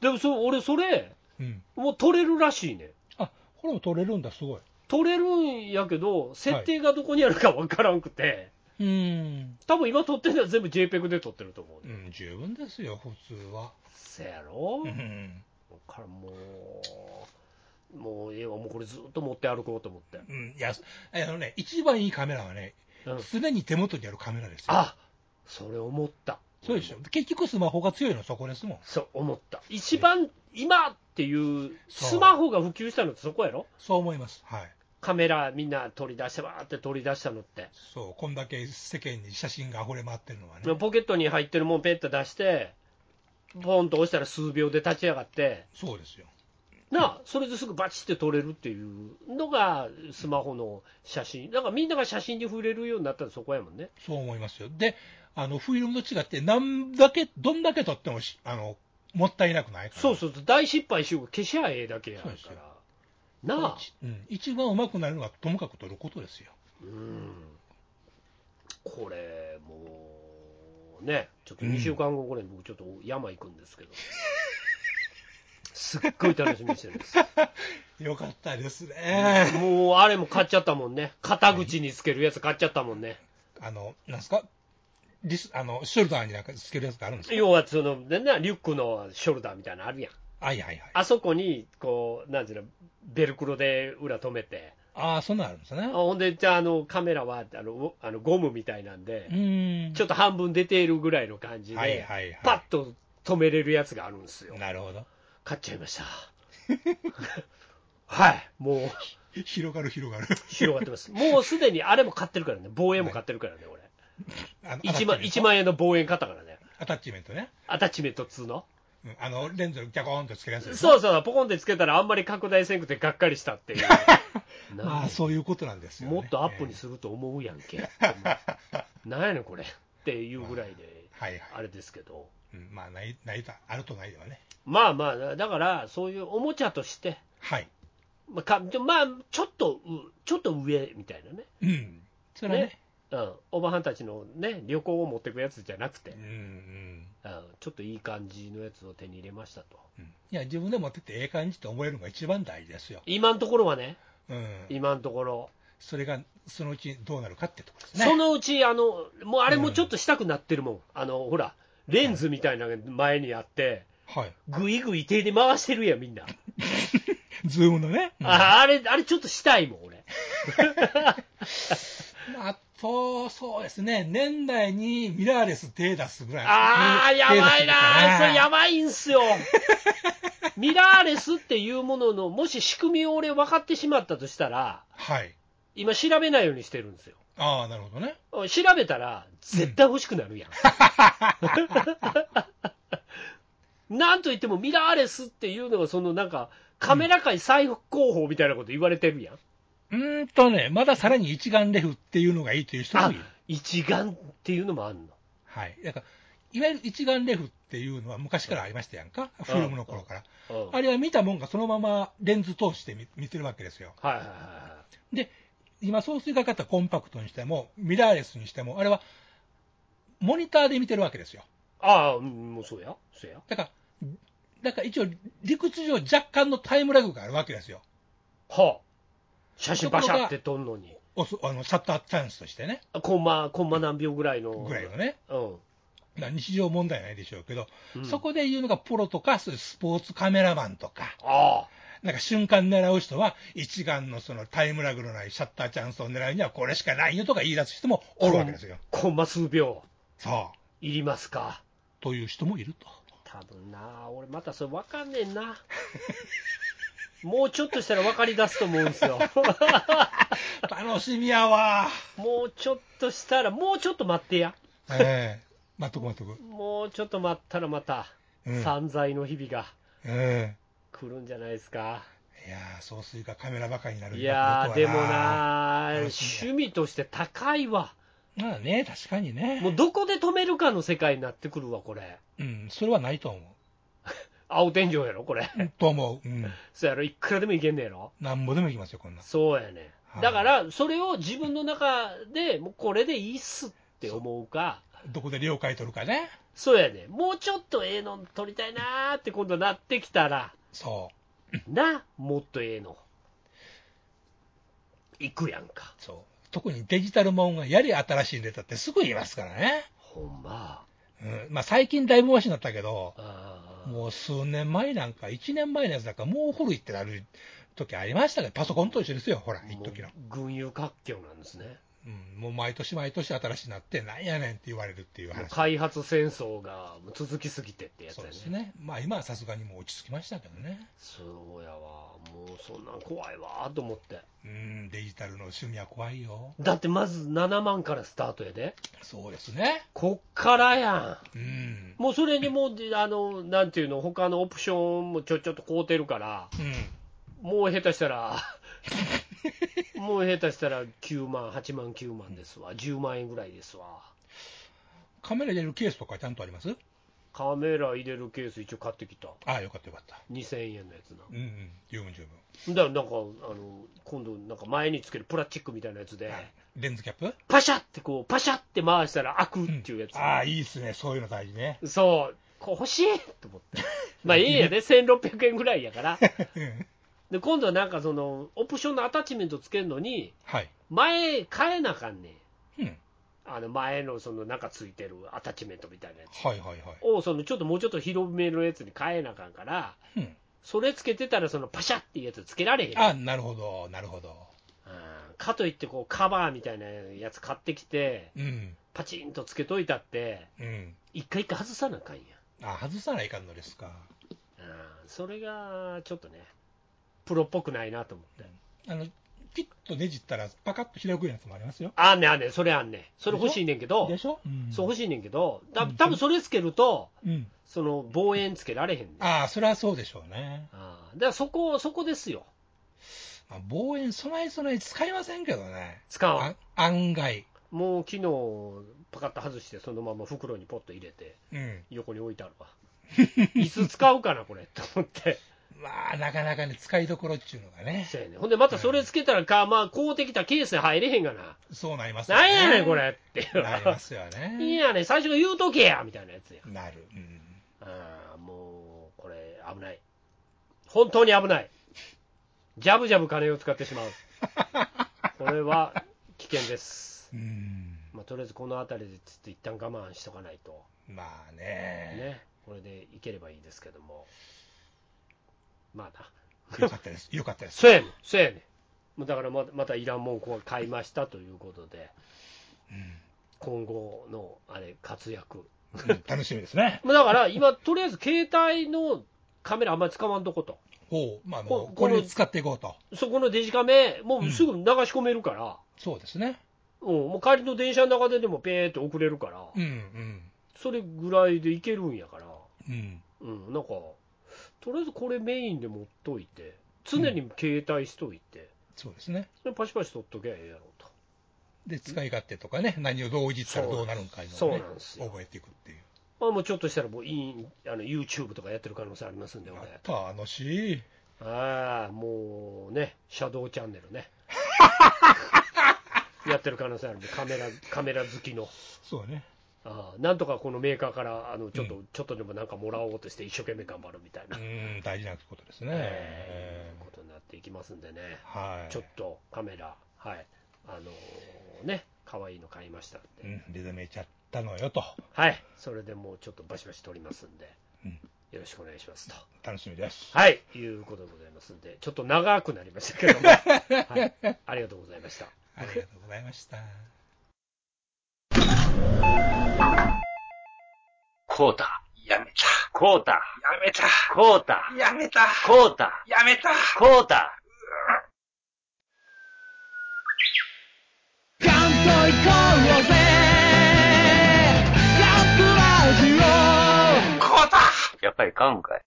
Speaker 3: でもそ俺それ、
Speaker 4: うん。
Speaker 3: もう取れるらしいね。
Speaker 4: あ、これも取れるんだ、すごい。
Speaker 3: 取れるんやけど、設定がどこにあるかわからんくて、
Speaker 4: うん。
Speaker 3: 多分今撮ってるのは全部 JPEG で撮ってると思う、
Speaker 4: う
Speaker 3: ね
Speaker 4: ん、十分ですよ、普通は。
Speaker 3: せやろ、
Speaker 4: う
Speaker 3: だ
Speaker 4: ん。
Speaker 3: からもう、もうええわ、もうこれずっと持って歩こうと思って。
Speaker 4: うん、いや、あのね、一番いいカメラはね、
Speaker 3: うん
Speaker 4: 常に手元にあるカメラですよ。
Speaker 3: あそれ思った。
Speaker 4: そうでしょ。結局スマホが強いのそこですもん。
Speaker 3: そう、思った。一番今っていう、
Speaker 4: そう
Speaker 3: スマホが普及したのってそこやろ
Speaker 4: そう思います。はい。
Speaker 3: カメラみんな取り出して、わーって取り出したのって。
Speaker 4: そう、こんだけ世間に写真が溢れ回ってるのはね。
Speaker 3: ポケットに入ってるもんペッて出して、ポンと押したら数秒で立ち上がって、
Speaker 4: そうですよ。
Speaker 3: なあそれですぐバチって撮れるっていうのがスマホの写真、だからみんなが写真に触れるようになったらそこやもんね。
Speaker 4: そう思いますよ。で、あの、フィルムと違って、なんだけ、どんだけ撮ってもし、あの、もったいなくないから。
Speaker 3: そうそうそう、大失敗しようが消しゃええだけやか
Speaker 4: そうですよ
Speaker 3: ら。なあ、
Speaker 4: う。ん。一番うまくなるのは、ともかく撮ることですよ。
Speaker 3: うん、これ、もうね、ちょっと2週間後ぐらいに僕、ちょっと山行くんですけど、すっごい楽しみにしてるんです。
Speaker 4: よかったですね。
Speaker 3: もうあれも買っちゃったもんね、肩口につけるやつ買っちゃったもんね、
Speaker 4: あの、なんすかリス、あの、ショルダーになんかつけるやつがあるんですか
Speaker 3: 要はその、ね、なリュックのショルダーみたいなのあるやん、
Speaker 4: はいはいはい。
Speaker 3: あそこにこう、なんていうの、ベルクロで裏止めて、
Speaker 4: ああ、そんなんあるんですね
Speaker 3: あ。ほんで、じゃああのカメラはあのおあのゴムみたいなんで
Speaker 4: う、ーん。
Speaker 3: ちょっと半分出ているぐらいの感じ
Speaker 4: はい
Speaker 3: で、
Speaker 4: はいはい。
Speaker 3: パッと止めれるやつがあるんですよ、
Speaker 4: なるほど。
Speaker 3: 買っちゃいました。 はい、もう
Speaker 4: 広がる広がる。
Speaker 3: 広がって ます、もうすでにあれも買ってるからね、防衛も買ってるからね、俺、
Speaker 4: あの
Speaker 3: 1万
Speaker 4: アタッチメント
Speaker 3: ,1 万円の防衛買ったからね。
Speaker 4: アタッチメントね。
Speaker 3: アタッチメント2の
Speaker 4: うんあの、レンズをギャコーンとつけるやつでしょ
Speaker 3: そうそう、ポコンでつけたらあんまり拡大せんくてがっかりした っていう。なんで
Speaker 4: まあ、そういうことなんですよ、ね。
Speaker 3: もっとアップにすると思うやん け。なんやねんこれっていうぐらいで、
Speaker 4: えーはい
Speaker 3: あ
Speaker 4: はい。
Speaker 3: れですけど。
Speaker 4: うんまあ、ない、ないと、あるとないではね。
Speaker 3: まあまあ、だからそういうおもちゃとして、
Speaker 4: はい。
Speaker 3: まあ、かまあ、ちょっとう、ちょっと上みたいなね。
Speaker 4: うん。それはね。
Speaker 3: うん、おばはんたちのね、旅行を持ってくやつじゃなくて、
Speaker 4: うんうん。
Speaker 3: うん、ちょっといい感じのやつを手に入れましたと。
Speaker 4: うんいや、自分で持っててええ感じと思えるのが一番大事ですよ。
Speaker 3: 今のところはね、
Speaker 4: うん。
Speaker 3: 今のところ。
Speaker 4: それが、そのうちどうなるかってとこですね。
Speaker 3: そのうち、あのもうあれもちょっとしたくなってるもん、あのほら、レンズみたいなのが前にあって、
Speaker 4: はい。
Speaker 3: ぐいぐい手で回してるやん、みんな、
Speaker 4: ズームのね。うん
Speaker 3: ああれ、あれちょっとしたいもん、俺、
Speaker 4: まあと、そうですね、年内にミラーレス手出すぐらい。
Speaker 3: あー、
Speaker 4: 手出
Speaker 3: や
Speaker 4: す
Speaker 3: ばいな、それや
Speaker 4: か
Speaker 3: ばいんすよ、ミラーレスっていうものの、もし仕組みを俺、分かってしまったとしたら、
Speaker 4: はい。
Speaker 3: 今、調べないようにしてるんですよ。
Speaker 4: ああ、なるほどね。
Speaker 3: 調べたら、絶対欲しくなる やん。なんといっても、ミラーレスっていうのが、そのなんか、カメラ界最高峰みたいなこと言われてるやん。
Speaker 4: うーんとね、まださらに一眼レフっていうのがいいという人も
Speaker 3: あ
Speaker 4: いる。
Speaker 3: 一眼っていうのもあんの。
Speaker 4: はい。だから、いわゆる一眼レフっていうのは昔からありましたやんか。フィルムの頃か
Speaker 3: う
Speaker 4: ら。
Speaker 3: ん
Speaker 4: あれは見たもんがそのままレンズ通して見見てるわけですよ。
Speaker 3: はいはいはいは
Speaker 4: で、今、総水がかったコンパクトにしても、ミラーレスにしても、あれは、モニターで見てるわけですよ。
Speaker 3: ああ、うんもうそうや、そうや。
Speaker 4: だから、だから一応、理屈上、若干のタイムラグがあるわけですよ、
Speaker 3: はあ。写真バシャって撮んのに。
Speaker 4: おそあのシャッターチャンスとしてね、
Speaker 3: あコンマ、コンマ何秒ぐらいの。
Speaker 4: ぐらいのね、
Speaker 3: うん。
Speaker 4: だから日常問題ないでしょうけど、
Speaker 3: うん
Speaker 4: そこで言うのがプロとか、そういうスポーツカメラマンとか、
Speaker 3: あ
Speaker 4: なんか瞬間狙う人は、一眼のそのタイムラグのないシャッターチャンスを狙うには、これしかないよとか言い出す人も
Speaker 3: あ。
Speaker 4: おるわけですよ。
Speaker 3: コンコンマ数秒、
Speaker 4: さあ
Speaker 3: いりますか。
Speaker 4: という人もいると。
Speaker 3: 多分な、俺またそれ分かんねえ な。もうちょっとしたら分かり出すと思うんですよ。
Speaker 4: 楽しみやわ。
Speaker 3: もうちょっとしたら、もうちょっと待ってや。
Speaker 4: ええ待っとく待っとく。
Speaker 3: もうちょっと待ったらまた、
Speaker 4: うん。
Speaker 3: 散財の日々が
Speaker 4: うん
Speaker 3: 来るんじゃないですか。
Speaker 4: いやー、総帥がカメラバカになる
Speaker 3: いやー、
Speaker 4: 今
Speaker 3: で
Speaker 4: 僕
Speaker 3: も
Speaker 4: は
Speaker 3: な
Speaker 4: 楽しみ
Speaker 3: 趣味として高いわ。
Speaker 4: まあね、確かにね。
Speaker 3: もうどこで止めるかの世界になってくるわ、これ。
Speaker 4: うん、それはないと思
Speaker 3: 青天井やろ、これ。
Speaker 4: う。と思う。うん。
Speaker 3: そうやろ、いくらでもいけんねやろ。
Speaker 4: なんぼでもいきますよ、こんな。
Speaker 3: そうやね
Speaker 4: は。い
Speaker 3: だから、それを自分の中でもうこれでいいっすって思うか、
Speaker 4: どこで了解取るかね。
Speaker 3: そうやね。もうちょっとええの撮りたいなーって今度なってきた ら、
Speaker 4: そう。
Speaker 3: な、もっとええの。行くやんか。
Speaker 4: そう。特にデジタルもんがやり新しいネタってすぐ言いますからね。
Speaker 3: ほんま。
Speaker 4: うん。まあ最近だいぶマシになったけど、
Speaker 3: あー
Speaker 4: もう数年前なんか、1年前のやつなんかもう古いってなる時ありましたね。パソコンと一緒ですよ、ほら、一
Speaker 3: もう
Speaker 4: 時の。
Speaker 3: 群雄割拠なんですね。
Speaker 4: うん。もう毎年毎年新しいなって、なんやねんって言われるっていう
Speaker 3: もう
Speaker 4: 話。
Speaker 3: 開発戦争が続きすぎてってやつ
Speaker 4: そう
Speaker 3: やね。
Speaker 4: ですね。まあ今はさすがにもう落ち着きましたけどね。
Speaker 3: そうやわ。もうそんなん怖いわーと思って。
Speaker 4: うん、デジタルの趣味は怖いよ。
Speaker 3: だってまず7万からスタートやで。
Speaker 4: そうですね。
Speaker 3: こっからや
Speaker 4: うん
Speaker 3: ん。。もうそれにもう、であの、なんていうの、他のオプションもちょちょっと買うてるから、
Speaker 4: うん。
Speaker 3: もう下手したら、 もう下手したら9万、8万、9万ですわ。10万円ぐらいですわ。
Speaker 4: カメラ入れるケースとかちゃんとあります
Speaker 3: カメラ入れるケース一応買ってきた。
Speaker 4: ああ、よかったよかった。
Speaker 3: 2000円のやつな。
Speaker 4: うんうん、十分十分。
Speaker 3: だからなんか、あの、今度なんか前につけるプラスチックみたいなやつで、
Speaker 4: レンズキャップ
Speaker 3: パシャってこう、パシャって回したら開くっていうやつ。
Speaker 4: ああ、いいっすね。そういうの大事ね。
Speaker 3: そう、こう欲しいと思 って。まあいいやね、1600円ぐらいや から。
Speaker 4: うん
Speaker 3: で、今度はなんかその、オプションのアタッチメントつけるのに、
Speaker 4: はい。
Speaker 3: 前変えなあかんねん。
Speaker 4: うん。
Speaker 3: あの前のその中ついてるアタッチメントみたいなやつ
Speaker 4: はいはいはい。
Speaker 3: を、そのちょっともうちょっと広めのやつに変えなあかんから、
Speaker 4: うん。
Speaker 3: それつけてたらそのパシャっていうやつつけられへん。
Speaker 4: ああ、なるほど、なるほど。
Speaker 3: うんかといってこうカバーみたいなやつ買ってきて、
Speaker 4: うん。
Speaker 3: パチンとつけといたって、
Speaker 4: うん。
Speaker 3: 一回一回外さなあかんや。
Speaker 4: ああ、外さないかんのですか。
Speaker 3: うんそれがちょっとね、プロっぽくないなと思って。
Speaker 4: あの、ピッとねじったら、パカッと開くやつもありますよ。
Speaker 3: あんねんあんねん、それあんねん。それ欲しいねんけど
Speaker 4: で、しょうん。
Speaker 3: そう欲しいねんけど、た
Speaker 4: うん
Speaker 3: 多分それつけると、
Speaker 4: うん。
Speaker 3: その望遠つけられへんねん。あ
Speaker 4: ああ、それはそうでしょうね。
Speaker 3: あだからそこ、そこですよ。
Speaker 4: まあ、望遠、備え備え使いませんけどね。
Speaker 3: 使わん
Speaker 4: あ。案外。
Speaker 3: もう昨日、パカッと外して、そのまま袋にポッと入れて、
Speaker 4: うん。
Speaker 3: 横に置いてある わ。椅子使うかな、これ、と思って。
Speaker 4: まあ、なかなかね、使いどころっていうのがね。
Speaker 3: そうやねんほんで、またそれつけたらか、まあ、買うてきたケースに入れへんがな。
Speaker 4: そうなります
Speaker 3: なんやねん、こ。れっていう。
Speaker 4: なります よ
Speaker 3: いい
Speaker 4: ね。
Speaker 3: やねん、最初が言うとけやみたいなやつや。
Speaker 4: なる。うん。
Speaker 3: あーもう、これ、危ない。本当に危ない。ジャブジャブ金を使ってしまう。これは危険です。
Speaker 4: うん。
Speaker 3: まあ、とりあえずこの辺りでちょっと一旦我慢しとかないと、
Speaker 4: まあね。
Speaker 3: ね、これでいければいいですけども。まあな。
Speaker 4: よかったです。よかったです。
Speaker 3: そうやねん、そうやねん。もうだからままたいらんもんこう買いましたということで、今後のあれ、活躍。
Speaker 4: うん楽しみですね。
Speaker 3: まあだから今、とりあえず携帯のカメラあんまり使わんとこと。
Speaker 4: ほう。まあも
Speaker 3: こ
Speaker 4: う、これ
Speaker 3: こ
Speaker 4: を
Speaker 3: の
Speaker 4: 使っていこうと。
Speaker 3: そこのデジカメ、もうすぐ流し込めるから、
Speaker 4: そうですね。
Speaker 3: うんもう帰りの電車の中ででもペーって送れるから、
Speaker 4: うん、うん。
Speaker 3: それぐらいでいけるんやから、
Speaker 4: うん。
Speaker 3: うん、なんか、とりあえずこれメインで持っといて、常に携帯しといて、
Speaker 4: そうですね。
Speaker 3: でパシパシ撮っときゃええやろうと。
Speaker 4: で、使い勝手とかね、何をどういじったらどうなるんかいう
Speaker 3: そう
Speaker 4: のを
Speaker 3: なん
Speaker 4: ね
Speaker 3: ですよ
Speaker 4: 覚えていくっていう。
Speaker 3: まあ、もうちょっとしたらもうインあの YouTube とかやってる可能性ありますんで、俺。
Speaker 4: 楽しい。
Speaker 3: ああ、もうね、シャドウチャンネル ね。やってる可能性あるんで、カメラ、カメラ好きの。
Speaker 4: そうね。
Speaker 3: あーなんとかこのメーカーからあのちょっと、ちょっとでもなんかもらおうとして一生懸命頑張るみたいな、
Speaker 4: うん、大事なことですね。
Speaker 3: えーことになっていきますんでね、
Speaker 4: はい。
Speaker 3: ちょっとカメラ、はい、あのーね、可愛いの買いましたん
Speaker 4: う
Speaker 3: で、
Speaker 4: ん、リズムいちゃったのよと。
Speaker 3: はい、それでもうちょっとバシバシ撮りますんで、
Speaker 4: うん、
Speaker 3: よろしくお願いしますと。
Speaker 4: 楽しみです。
Speaker 3: はい、いうことでございますんで、ちょっと長くなりましたけど も、はい、ありがとうございました。
Speaker 4: ありがとうございました。
Speaker 2: コータ。やめた。コータ。やめた。コータ。やめた。コータ。やめた。コータ。やっぱり買うんかい。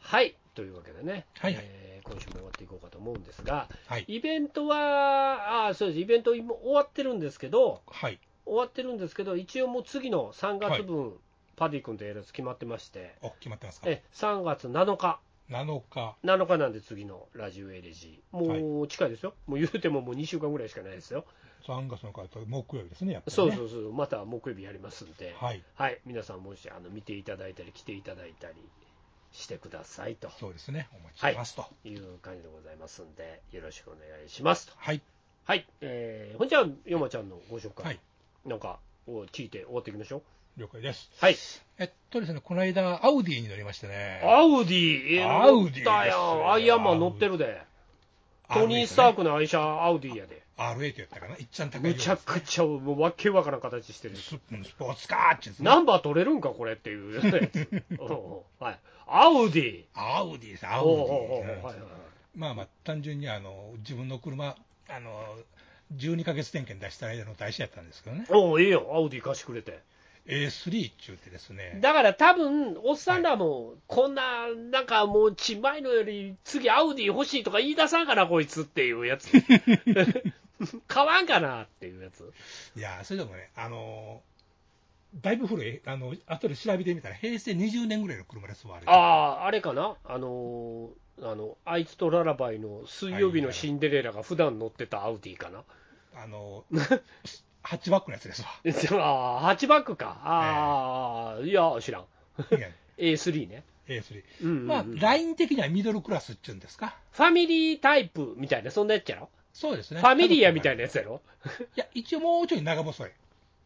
Speaker 3: はい、というわけでね、
Speaker 4: はいはい
Speaker 3: えー今週も終わっていこうかと思うんですが、
Speaker 4: はい。
Speaker 3: イベントは、あーそうです、イベント今終わってるんですけど、
Speaker 4: はい。
Speaker 3: 終わってるんですけど、一応もう次の3月分、パディ君とやるやつ決まってまして、
Speaker 4: お、決まってますか
Speaker 3: え3月7日、
Speaker 4: 7日。
Speaker 3: 7日なんで次のラジオエレジー、もう近いですよ、もう言うてももう2週間ぐらいしかないですよ、
Speaker 4: 3月の回と木曜日ですね、やっぱり、
Speaker 3: そ
Speaker 4: ね。
Speaker 3: うそうそう、また木曜日やりますんで、はい、
Speaker 4: はい。
Speaker 3: 皆さん、もしあの見ていただいたり、来ていただいたりしてくださいと
Speaker 4: そうですね。お待ちしてますと。
Speaker 3: いう感じでございますんで、よろしくお願いしますと。
Speaker 4: はい。
Speaker 3: はい、えー、ほんじゃあ、ヨマちゃんのご紹介、
Speaker 4: はい
Speaker 3: なんかを聞いて終わっていきましょう。
Speaker 4: 了解です。
Speaker 3: はい、
Speaker 4: えっとですね、この間、アウディに乗りましてね。
Speaker 3: アウディ、ええ
Speaker 4: アウディですよ
Speaker 3: 乗ったやん、アイアンマン乗ってるで、トニー・スタークの愛車、アウディやで、
Speaker 4: R8 やったかな一ちゃん高い
Speaker 3: む
Speaker 4: よ
Speaker 3: ちゃくちゃ、もうわけわからん形してる。
Speaker 4: スうんスポーツカーってやつね
Speaker 3: ナンバー取れるんか、これって いうやつ。うんはい、アウディ。
Speaker 4: アウディです、アウデ
Speaker 3: おうおうおうは
Speaker 4: ィ
Speaker 3: い
Speaker 4: で
Speaker 3: はい
Speaker 4: す。まあまあ、単純にあの自分の車、あの12ヶ月点検出した間の台車やったんですけどね、
Speaker 3: おうええよ、アウディ貸してくれて。
Speaker 4: A3 っちゅうてです ね、
Speaker 3: だから多分、おっさんらも、こんな、なんかもう、ちまいのより、次、アウディ欲しいとか言い出さんかな、こいつっていう やつ。買わんかなっていうやつ。
Speaker 4: いやー、それでもね、あのだいぶ古い、あの後で調べてみたら、平成20年ぐらいの車ですわ、あれ
Speaker 3: ああ、あれかな、あのーあの、あいつとララバイの水曜日のシンデレラが普段乗ってたアウディかな。
Speaker 4: あのハッチバックのやつですわ。
Speaker 3: ああ、8バックか。ああ、いや、知らん。
Speaker 4: いや
Speaker 3: A3 ね。
Speaker 4: A3
Speaker 3: うんうんうん
Speaker 4: まあ、ライン的にはミドルクラスっちゅうんですか、
Speaker 3: ファミリータイプみたいな、そんなやつやろ
Speaker 4: そうですね、
Speaker 3: ファミリアみたいなやつやろ
Speaker 4: いや、一応もうちょい長細い、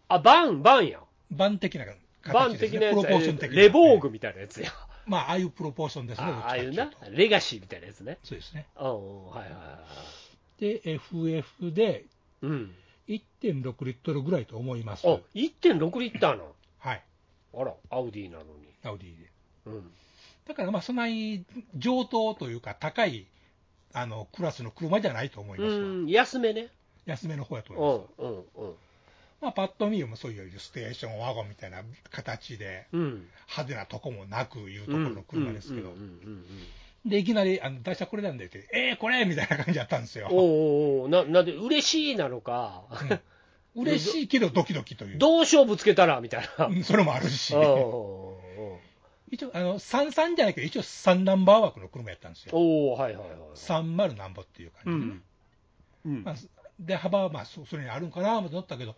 Speaker 3: あ、バン、バンやん。
Speaker 4: バン的な形です、ね、
Speaker 3: バン的なやつ
Speaker 4: プロポーション的な
Speaker 3: レボーグみたいなやつや。
Speaker 4: まあ、ああいうプロポーションですね、どっ
Speaker 3: ああ
Speaker 4: ちか
Speaker 3: あい
Speaker 4: っていうう
Speaker 3: な
Speaker 4: と。、
Speaker 3: レガシーみたいなやつね。
Speaker 4: そうですね。
Speaker 3: うんうん、はいはいはい。
Speaker 4: で、FF で
Speaker 3: うん。
Speaker 4: 1.6リットルぐらいと思います。
Speaker 3: あ、1.6リッターなの。
Speaker 4: はい。
Speaker 3: あら、アウディなのに。
Speaker 4: アウディで。
Speaker 3: うん。
Speaker 4: だから、まあ、そんなに上等というか、高い、あの、クラスの車じゃないと思いうますわ。
Speaker 3: ん、安めね。
Speaker 4: 安めの方やと
Speaker 3: う
Speaker 4: 思いま
Speaker 3: ん
Speaker 4: す。、
Speaker 3: うん、うん。
Speaker 4: まあ、パッと見もそういうステーションワゴンみたいな形で、
Speaker 3: うん。
Speaker 4: 派手なとこもなくいうと
Speaker 3: う
Speaker 4: こ
Speaker 3: ん
Speaker 4: ろの車ですけど
Speaker 3: うん、うんうんうん
Speaker 4: で、いきなり、あの、台車これなんだよって、えー、これみたいな感じだったんです
Speaker 3: うん、お
Speaker 4: よ。
Speaker 3: うおうおうななんで嬉しいなのか、
Speaker 4: 嬉しいけどドキドキという。
Speaker 3: どう勝負つけたらみたいな、
Speaker 4: うんそれもあるし。
Speaker 3: おうおうおう
Speaker 4: 一応、あの、33じゃないけど、一応3ナンバー枠の車やったんですよ。
Speaker 3: おうはいはいはい、
Speaker 4: 30なんぼっていう
Speaker 3: う
Speaker 4: 感じでね、
Speaker 3: んうん
Speaker 4: まあ、で、幅はまあ、そそれにあるんかなと思ったけど、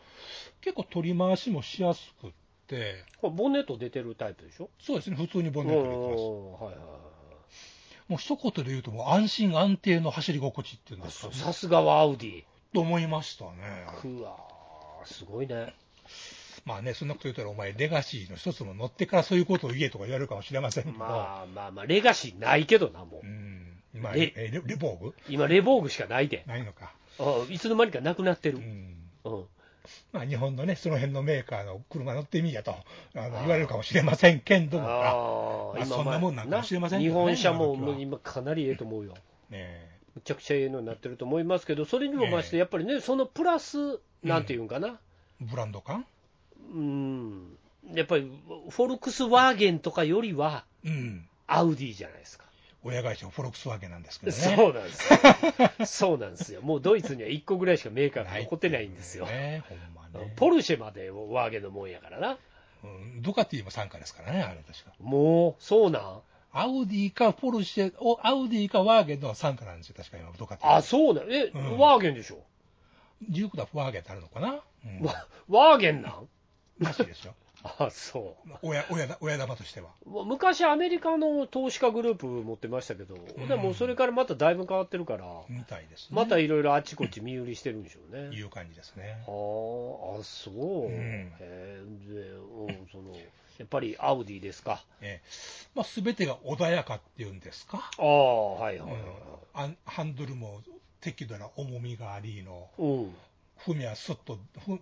Speaker 4: 結構取り回しもしやすくって、
Speaker 3: これボンネット出てるタイプでしょ、
Speaker 4: そうですね、普通にボ
Speaker 3: お
Speaker 4: ン
Speaker 3: う
Speaker 4: ネットで行きます。
Speaker 3: おうはいはい
Speaker 4: もう一言で言うと、もう安心安定の走り心地っていうの
Speaker 3: はい、
Speaker 4: は、
Speaker 3: さ
Speaker 4: そう
Speaker 3: さすがはアウディ、
Speaker 4: と思いましたね。
Speaker 3: くわー、すごいね、
Speaker 4: まあね、そんなこと言ったら、お前、レガシーの一つも乗ってからそういうことを言えとか言われるかもしれませんけど、
Speaker 3: まあまあまあ、レガシーないけどな、もう
Speaker 4: う、ん、まあ、
Speaker 3: レ
Speaker 4: えレレボーグ
Speaker 3: 今、レボーグしかないで、
Speaker 4: ないのか。
Speaker 3: あいつの間にかなくなって
Speaker 4: う
Speaker 3: る、
Speaker 4: ん
Speaker 3: うん、
Speaker 4: まあ、日本のね、その辺のメーカーの車乗ってみやとあの言われるかもしれませんけんどもか、
Speaker 3: あー
Speaker 4: まあ
Speaker 3: 今
Speaker 4: そんなもんなんかもしれません
Speaker 3: 日
Speaker 4: けどね
Speaker 3: 本車も
Speaker 4: 今の時は
Speaker 3: 今、かなりええと思うよ。
Speaker 4: ねえ
Speaker 3: むちゃくちゃええのになってると思いますけど、それにもまして、
Speaker 4: ええ
Speaker 3: やっぱりね、そのプラス、なんていうんかな、
Speaker 4: ブランド感、
Speaker 3: うん、やっぱりフォルクスワーゲンとかよりは、
Speaker 4: うん、
Speaker 3: アウディじゃないですか。
Speaker 4: 親会社、フォルクスワーゲンなんですけどね。
Speaker 3: そうなんです よ。そうなんですよ。もうドイツには1個ぐらいしかメーカーが残ってないんですよ。
Speaker 4: ね、ほんまね。
Speaker 3: ポルシェまでワーゲンのもんやからな。
Speaker 4: うんドカティも傘下ですからね、あれ確か。
Speaker 3: もう、そうなん
Speaker 4: アウディかポルシェ、おアウディかワーゲンの傘下なんですよ、確か今、ドカティ。
Speaker 3: あ、そうなんえ、
Speaker 4: うん
Speaker 3: ワーゲンでしょ
Speaker 4: リュークだ、ワーゲンってあるのかな、うん、
Speaker 3: わワーゲンなん
Speaker 4: らしいですよ。
Speaker 3: あ、そ
Speaker 4: 親、親だ、親玉としては。
Speaker 3: う。わ昔アメリカの投資家グループ持ってましたけど、
Speaker 4: ん
Speaker 3: でもそれからまただいぶ変わってるから、
Speaker 4: みたいですね。
Speaker 3: またいろいろあちこち見売りしてるんでしょうね。
Speaker 4: いう感じですね
Speaker 3: あ。ーあ、そう、
Speaker 4: うん
Speaker 3: えーでうんその、やっぱりアウディですか、
Speaker 4: ええまあ、全てが穏やかっていうんですか、
Speaker 3: ああ、はいはいは
Speaker 4: うんあんハンドルも適度な重みがありの、
Speaker 3: い、うん、
Speaker 4: 踏みはすっとふ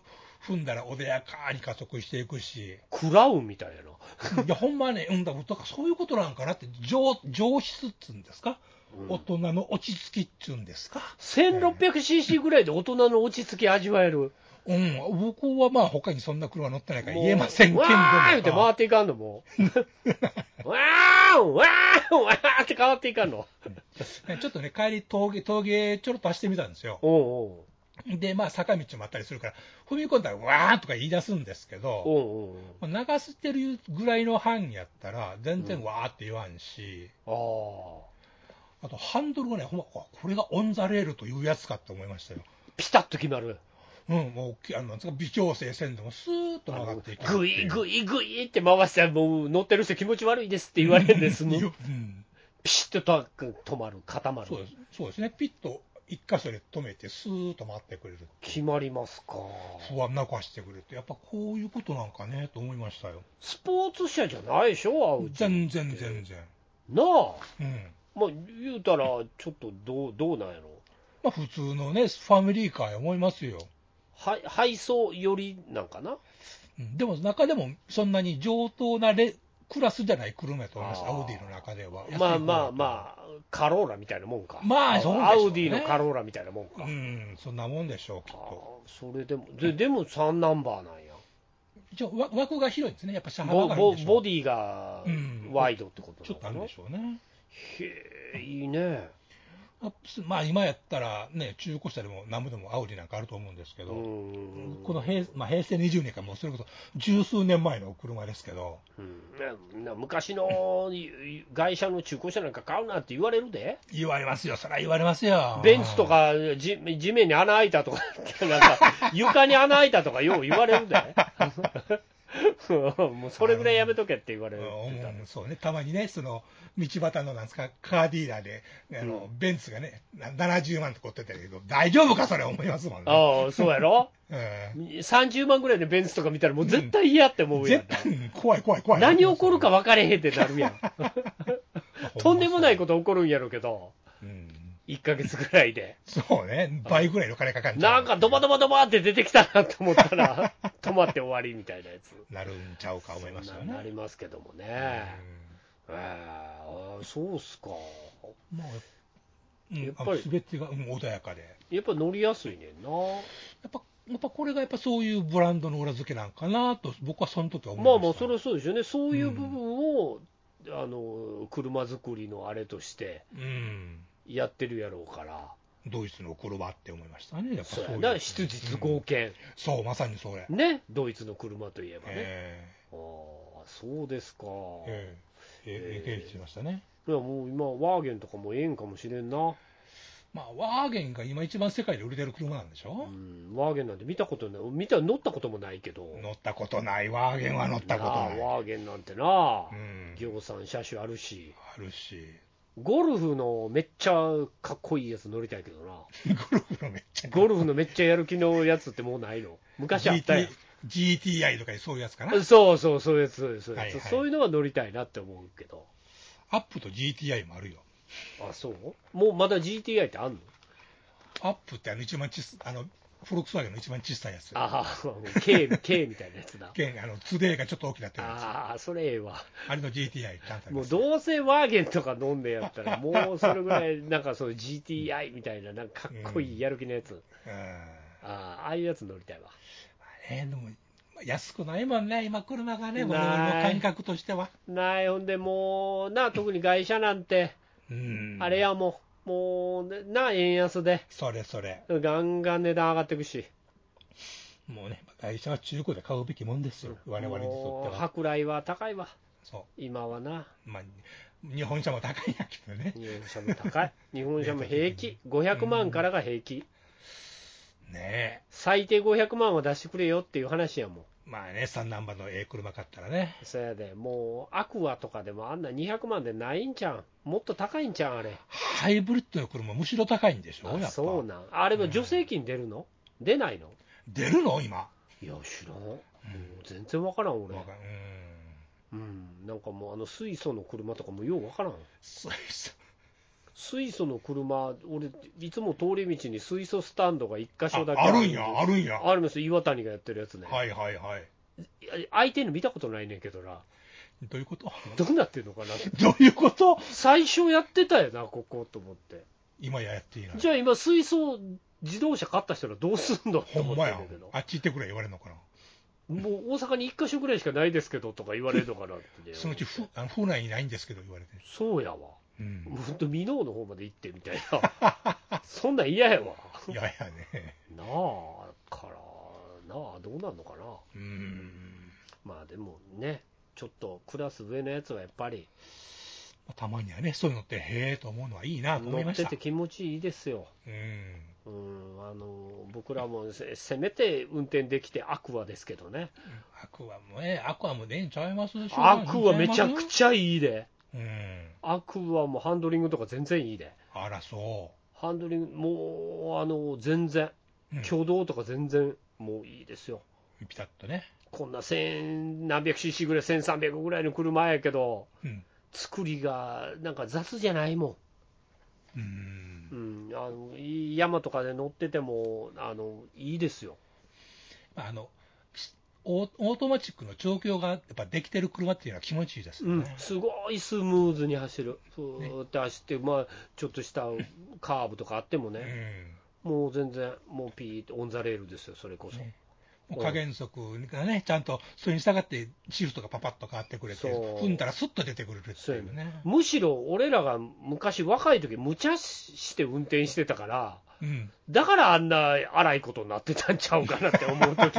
Speaker 4: 踏んだら穏やかに加速してい くし、
Speaker 3: クラウンみたいやな、
Speaker 4: いや、ほんまはね、うんだ、とかそういうことなんかなって、上上質っつうんですか、大人の落ち着きっつうんですか、
Speaker 3: 1600cc ぐらいで大人の落ち着き味わえる、
Speaker 4: うん、僕はまあ、他にそんな車乗ってないから言えませんけ
Speaker 3: も
Speaker 4: ど
Speaker 3: う
Speaker 4: も
Speaker 3: わーって回っていかんの、も う、わーん、わーん、わーって変わっていかんの、
Speaker 4: ねちょっとね、帰り峠、峠ちょろっと走ってみたんですよ。
Speaker 3: おう
Speaker 4: で、まあ、坂道もあったりするから、踏み込んだら、わーとか言い出すんですけ
Speaker 3: おう、お
Speaker 4: ど、
Speaker 3: う
Speaker 4: まあ流してるぐらいの範囲やったら、全然わーって言わんし、
Speaker 3: おう、あ
Speaker 4: あとハンドルがね、ほんま、あこれがオン・ザ・レールというやつかって思いましたよ。
Speaker 3: あ、ピタッと決まる、
Speaker 4: うん、もうき、あの、なんですか微調整せんでも、スーッと曲がっていくっていう。
Speaker 3: ぐいぐいぐいって回して、もう乗ってる人気持ち悪いですって言われ るんです、も
Speaker 4: いううん
Speaker 3: ピシッとた止まる、固まる
Speaker 4: そう。ですそうですね、ピッと一箇所で止めて、スーッと回ってくれる、
Speaker 3: 決まりますか
Speaker 4: 不安なく走ってくれるって、やっぱこういうことなんかねと思いましたよ、
Speaker 3: スポーツ車じゃないでしょ、青ちゃん
Speaker 4: 全然、全然、
Speaker 3: なあ、
Speaker 4: うん、
Speaker 3: まあ、言うたら、ちょっとどうどうなんやろ
Speaker 4: まあ、普通のね、ファミリーカーや思いますよ、
Speaker 3: は配送寄りなんかな、
Speaker 4: うん、でも中でもそんなに上等なレクラスじゃない車やと思います、
Speaker 3: あー
Speaker 4: アウディの中では。
Speaker 3: まあまあ
Speaker 4: あ
Speaker 3: まあ、カローラみたいなもんか、
Speaker 4: まあそうでしょうね
Speaker 3: アウディのカローラみたいなもんか、
Speaker 4: うん、そんなもんでしょう、
Speaker 3: あ
Speaker 4: きっと。
Speaker 3: ーそれでも、ででも3ナンバーなんや、
Speaker 4: 一応、わ枠が広いんですね、やっぱ車幅
Speaker 3: ボ
Speaker 4: があるん
Speaker 3: ボ
Speaker 4: でしょう
Speaker 3: ボディが
Speaker 4: うん
Speaker 3: ワイドってこと
Speaker 4: ちょ
Speaker 3: な
Speaker 4: っ
Speaker 3: の
Speaker 4: と
Speaker 3: か
Speaker 4: ある
Speaker 3: な、
Speaker 4: んでしょうね。
Speaker 3: へえ、いいね、
Speaker 4: まあ今やったらね、中古車でも何部でもアウディなんかあると思うんですけ
Speaker 3: う
Speaker 4: ど、
Speaker 3: ん
Speaker 4: この平,、まあ、平成20年か、もうそれこそ十数年前の車ですけど、
Speaker 3: うんな昔のい外車の中古車なんか買うなって言われるで、
Speaker 4: 言われますよ、そりゃ言われますよ。
Speaker 3: ベンツとか地地面に穴開いたとか、 なんか床に穴開いたとか、よう言われるで、 もうそれぐらいやめとけって言われ
Speaker 4: う
Speaker 3: て
Speaker 4: ん、
Speaker 3: た
Speaker 4: うん
Speaker 3: の
Speaker 4: そうね、たまにね、その道端のなんですか、カーディーラーで、あのベンツがね、な70万ってこってたけど、大丈夫か、それ思いますもんね。
Speaker 3: ああ、そうやろ、
Speaker 4: うん
Speaker 3: 30万ぐらいでベンツとか見たら、もう絶対嫌って思うやん
Speaker 4: 絶、対、うん怖い怖い怖い。
Speaker 3: 何起こるか分かれへんってなる やん、とんでもないこと起こるんやろうけど、
Speaker 4: うん
Speaker 3: 1ヶ月ぐらいで、
Speaker 4: そうね、倍ぐらいの金かかんちゃ
Speaker 3: な
Speaker 4: うん
Speaker 3: かドバドバドバって出てきたなと思った ら、止まって終わりみたいなやつ。
Speaker 4: なるんちゃうか思いますよ
Speaker 3: そんなな
Speaker 4: ね。
Speaker 3: りますけどもね、ええああそうっすか、
Speaker 4: まあ、うん
Speaker 3: やっぱり
Speaker 4: あの全てが、うん穏やかで。
Speaker 3: やっぱ乗りやすいねんな、
Speaker 4: やっぱ、やっぱこれがやっぱそういうブランドの裏付けなんかなと、僕はその時は思いま
Speaker 3: まあ
Speaker 4: した。
Speaker 3: まあ、それはそうですよね、そういう部分を、あの車作りのあれとして
Speaker 4: うん。
Speaker 3: やってるやろうから、
Speaker 4: ドイツの車って思いましたね。やっぱ
Speaker 3: そ
Speaker 4: そうう
Speaker 3: や
Speaker 4: いう
Speaker 3: な、質実剛健、
Speaker 4: そう、まさにそれ。
Speaker 3: ね、ドイツの車といえばね、
Speaker 4: え
Speaker 3: ああそうですか、
Speaker 4: ええええ
Speaker 3: え
Speaker 4: ええしましたね。
Speaker 3: いやもう今、ワーゲンとかもええんかもしれんな、
Speaker 4: まあ、ワーゲンが今一番世界で売れてる車なんでし
Speaker 3: う
Speaker 4: ょ、
Speaker 3: ん、ワーゲンなんて見たことない、見た乗ったこともないけど。
Speaker 4: 乗ったことない。ワーゲンは乗ったことない。
Speaker 3: なあワーゲンなんてな、
Speaker 4: うん。
Speaker 3: 行さん車種あるし、
Speaker 4: あるし、
Speaker 3: ゴルフのめっちゃかっこいいやつ乗りたいけどな、
Speaker 4: ゴルフのめっちゃ
Speaker 3: ゴルフのめっちゃやる気のやつってもうないの、昔あったや
Speaker 4: GT GTI とかそういうやつかな。
Speaker 3: ん、そうそう、そういうやつ、そういうやつ、
Speaker 4: はいはい
Speaker 3: そういうのは乗りたいなって思うけど、
Speaker 4: アップと GTI もあるよ。
Speaker 3: あそうもうまだ GTI ってあんの
Speaker 4: アップってあの一番ちっあの、フォルクスワーゲンの一番小さいやつ。
Speaker 3: あ あ、K, K みたいなやつ だ。
Speaker 4: 現あの、ツデーがちょっと大きくなってるや
Speaker 3: ああ、それええわ。
Speaker 4: つ。あれの GTI ちゃんとあり
Speaker 3: も
Speaker 4: ま
Speaker 3: う
Speaker 4: す
Speaker 3: どうせワーゲンとか飲んでや ったら、もうそれぐらい、なんかその GTI みたいな、なんかかっこいいやる気のやつ、
Speaker 4: うん。
Speaker 3: ああああいうやつ乗りたいわ。
Speaker 4: えでも、安くないもんね、今、車が
Speaker 3: な
Speaker 4: ね、
Speaker 3: い
Speaker 4: 我々の感覚としては。
Speaker 3: ない、ほんでもう、な、特に外車なんて、
Speaker 4: うん。
Speaker 3: あれ。やもう、もうね、な、円安で、
Speaker 4: それそれ。
Speaker 3: ガンガン値段上がっていくし、
Speaker 4: もうね、会社は中古で買うべきもんですよ。我々にと
Speaker 3: も
Speaker 4: っ
Speaker 3: う
Speaker 4: ては。
Speaker 3: 舶来は高いわ、
Speaker 4: そ
Speaker 3: 今はな、
Speaker 4: う。まあ、日本車も高いんやけどね。
Speaker 3: 日本車も高い、日本車も平気、500万からが平気、
Speaker 4: うねえ。
Speaker 3: 最低500万は出してくれよっていう話やもん。
Speaker 4: まあね、3ナンバーのええ車買ったらね。
Speaker 3: そやで、もう、アクアとかでもあんな200万でないんちゃん。もっと高いんちゃん、あれ。
Speaker 4: ハイブリッドの車、むしろ高いんでしょ、やっ
Speaker 3: あ
Speaker 4: ぱ。
Speaker 3: そうなん。あれも助成金出るの、出ないの
Speaker 4: 出るの今。
Speaker 3: いや、知らん。もう全然わからん、俺
Speaker 4: わ。かんうん。
Speaker 3: うん。なんかもう、あの、水素の車とかもようわからん。
Speaker 4: そうそう
Speaker 3: 水素の車、俺、いつも通り道に水素スタンドが1箇所だけ
Speaker 4: ああるんや、あ
Speaker 3: る
Speaker 4: るんや。は
Speaker 3: あるんですよ、岩谷がやってるやつね。
Speaker 4: いはいはい。
Speaker 3: いや空いてんの見たことないねんけどな。
Speaker 4: どういうこと
Speaker 3: どうなってんのかな。
Speaker 4: どういうこと
Speaker 3: 最初やってたよな、ここと思って。
Speaker 4: 今やっていない。
Speaker 3: じゃあ今、水素自動車買った人らどうすんのと
Speaker 4: ほ
Speaker 3: 思
Speaker 4: ん
Speaker 3: って
Speaker 4: ま
Speaker 3: る
Speaker 4: や
Speaker 3: んだけ。ど、
Speaker 4: あっち行ってくれ言われるのかな。
Speaker 3: もう大阪に1か所ぐらいしかないですけどとか言われるのかなって、
Speaker 4: そのうち、ふあの府内にないんですけど言われて。
Speaker 3: そうやわ、
Speaker 4: うん。
Speaker 3: 本当、箕面の方まで行ってみたいな、 そんなん嫌やわ、
Speaker 4: いやいやね。
Speaker 3: なあ、から、なあ、どうなんのかな、
Speaker 4: うん。
Speaker 3: まあでもね、ちょっとクラス上のやつはやっぱり、
Speaker 4: まあたまにはね、そういうのって、へえと思うのはいいなと思い
Speaker 3: 乗
Speaker 4: ま
Speaker 3: っ
Speaker 4: してた
Speaker 3: て。気持ちいいですよ。
Speaker 4: うん。
Speaker 3: うん、あの僕らもせせめて運転できてアクアですけどね、
Speaker 4: アクアもね、アクアも出んちゃいます
Speaker 3: アクアめちゃく
Speaker 4: ゃ。
Speaker 3: ちゃいいで、
Speaker 4: うん。
Speaker 3: アクアもハンドリングとか全然いいで、
Speaker 4: あら、そ
Speaker 3: ハンドリング、もうあの全然、
Speaker 4: う。うん
Speaker 3: 挙動とか全然もういいですよ、
Speaker 4: ピタッとね。
Speaker 3: こんな千何百 cc ぐらい、1300ぐらいの車やけど、
Speaker 4: うん。
Speaker 3: 作りがなんか雑じゃないも、
Speaker 4: うん。
Speaker 3: うんん、あのいい山とかで乗っててもあのいいですよ、
Speaker 4: あの、オーオートマチックの調教がやっぱできてる車っていうのは気持ちいいですよ
Speaker 3: うん
Speaker 4: ね。、
Speaker 3: すごいスムーズに走る、ふーって走って、まあ、ちょっとしたカーブとかあっても
Speaker 4: う
Speaker 3: ね、
Speaker 4: ん。
Speaker 3: もう全然、もうピーってオンザレールですよ、それこそ。
Speaker 4: ねもう加減速がね、ちゃんとそれに従ってシフトがパパッと変わってくれて、
Speaker 3: そう
Speaker 4: 踏んだらスッと出てくるっていうね。
Speaker 3: むしろ俺らが昔、若い時無茶して運転してたから、
Speaker 4: うん。
Speaker 3: だからあんな荒いことになってたんちゃうかなって思う時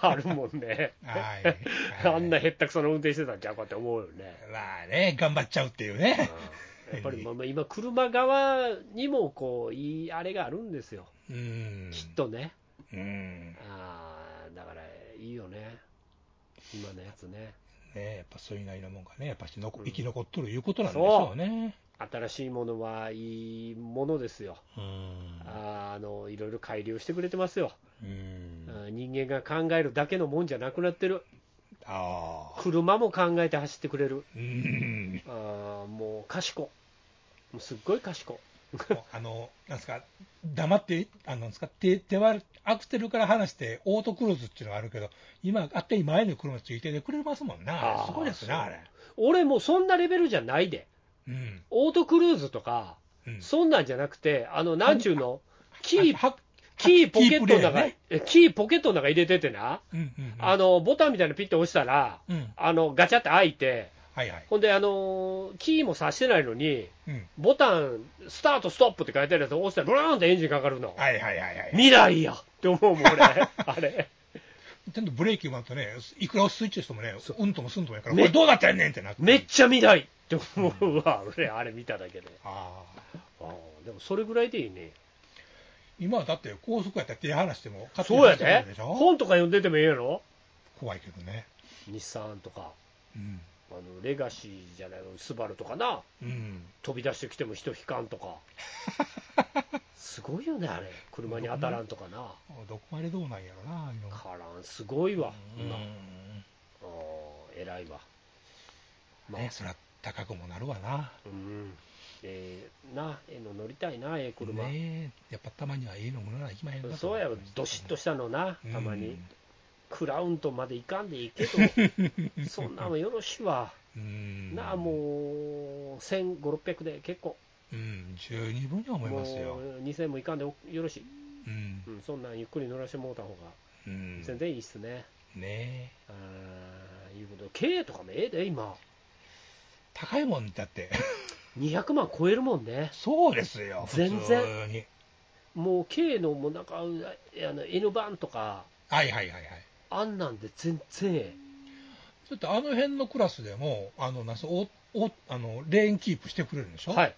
Speaker 3: あるもんね、
Speaker 4: はい。 はい
Speaker 3: あんなへったくその運転してたんちゃうかって思うよね。
Speaker 4: まあね、頑張っちゃうっていうね。
Speaker 3: うんやっぱりまあまあ今、車側にもこういいあれがあるんですよ、
Speaker 4: うん。
Speaker 3: きっとね。
Speaker 4: うん。
Speaker 3: ああ、だからいいよね、今のやつね、
Speaker 4: ね、やっぱそれなりのもんがね、やっぱし残生き残っとるいうことなんでしょうね。
Speaker 3: 新しいものはいいものですよ、
Speaker 4: うん
Speaker 3: あーあのいろいろ改良してくれてますよ、
Speaker 4: うん。
Speaker 3: あー人間が考えるだけのもんじゃなくなってる、
Speaker 4: ああ。
Speaker 3: 車も考えて走ってくれる、
Speaker 4: うん。
Speaker 3: あーもう賢い、もうすっごい賢い。
Speaker 4: あの、なんですか、黙って、あの、なんですか、手、手は、アクセルから離して、オートクルーズっていうのがあるけど、今、勝手に前の車ついててくれますもん
Speaker 3: あ
Speaker 4: な。
Speaker 3: ー
Speaker 4: すごいです
Speaker 3: そう
Speaker 4: な、あれ。
Speaker 3: 俺もうそんなレベルじゃないで、
Speaker 4: うん。
Speaker 3: オートクルーズとか、
Speaker 4: うん。
Speaker 3: そんなんじゃなくて、あの、なんちゅうの、キー、
Speaker 4: は
Speaker 3: キーポケットの
Speaker 4: キープレー
Speaker 3: 中、
Speaker 4: ね
Speaker 3: えキーポケットの中入れててな、
Speaker 4: うんうんうん。
Speaker 3: あの、ボタンみたいなのピッと押したら、
Speaker 4: うん。
Speaker 3: あの、ガチャって開いて、
Speaker 4: はいはい。
Speaker 3: ほんで、あのーキーも挿してないのに、
Speaker 4: うん。
Speaker 3: ボタン、スタート、ストップって書いてあるやつを押したら、ブラーンってエンジンかかるの。
Speaker 4: はいはいはいはい。
Speaker 3: 未来やって思うもん、俺。 あれ。
Speaker 4: ちゃんとブレーキ踏まんとね、いくらスイッチしてもね、うんともすんともやから、これどうなってんねんってなって。
Speaker 3: めっちゃ未来って思うわ、俺、あれ見ただけで。
Speaker 4: ああ。
Speaker 3: ああでも、それぐらいでいいね。
Speaker 4: 今はだって高速やったら手離しても勝手に
Speaker 3: そうや
Speaker 4: 走って
Speaker 3: で
Speaker 4: くる。しょ
Speaker 3: 本とか読んでてもええやろ
Speaker 4: 怖いけどね。
Speaker 3: 日産とか、
Speaker 4: うん。
Speaker 3: あのレガシーじゃないの、スバルとかな。
Speaker 4: うん。
Speaker 3: 飛び出してきても人引かんと かすごいよねあれ車に当たらんとかな
Speaker 4: どこまでどうなんやろな、今。
Speaker 3: からんすごいわ
Speaker 4: うん
Speaker 3: 今あー偉いわまあ
Speaker 4: ね、そりゃ高くもなるわな。
Speaker 3: うんええなええの乗りたいなええ車
Speaker 4: ねえやっぱたまにはええのものなら今や
Speaker 3: そうやわどしっとしたのな
Speaker 4: うん
Speaker 3: たまにクラウンとまでいかんでいいけど そんなんもよろしいわ
Speaker 4: うん。
Speaker 3: なあもう1500600で結構
Speaker 4: うん、十二分には思いますよ
Speaker 3: も。う2000もいかんでよろしい、
Speaker 4: うん
Speaker 3: う。ん、そんなんゆっくり乗らしてもうた方が
Speaker 4: うん。
Speaker 3: 全然いいっすね、
Speaker 4: ねえ
Speaker 3: あーいうこと、経営とかもええで、今、
Speaker 4: 高いもんだって。
Speaker 3: 200万超えるもんね、
Speaker 4: そうですよ。普通
Speaker 3: 全然
Speaker 4: に。
Speaker 3: もう経営のもうなんか、あの N 版とか、
Speaker 4: はいはいはいはい。
Speaker 3: あんなんで全然え
Speaker 4: ちょっとあの辺のクラスでも、あの、なんすおおあのレーンキープしてくれるんでし
Speaker 3: え、
Speaker 4: ょ
Speaker 3: はい、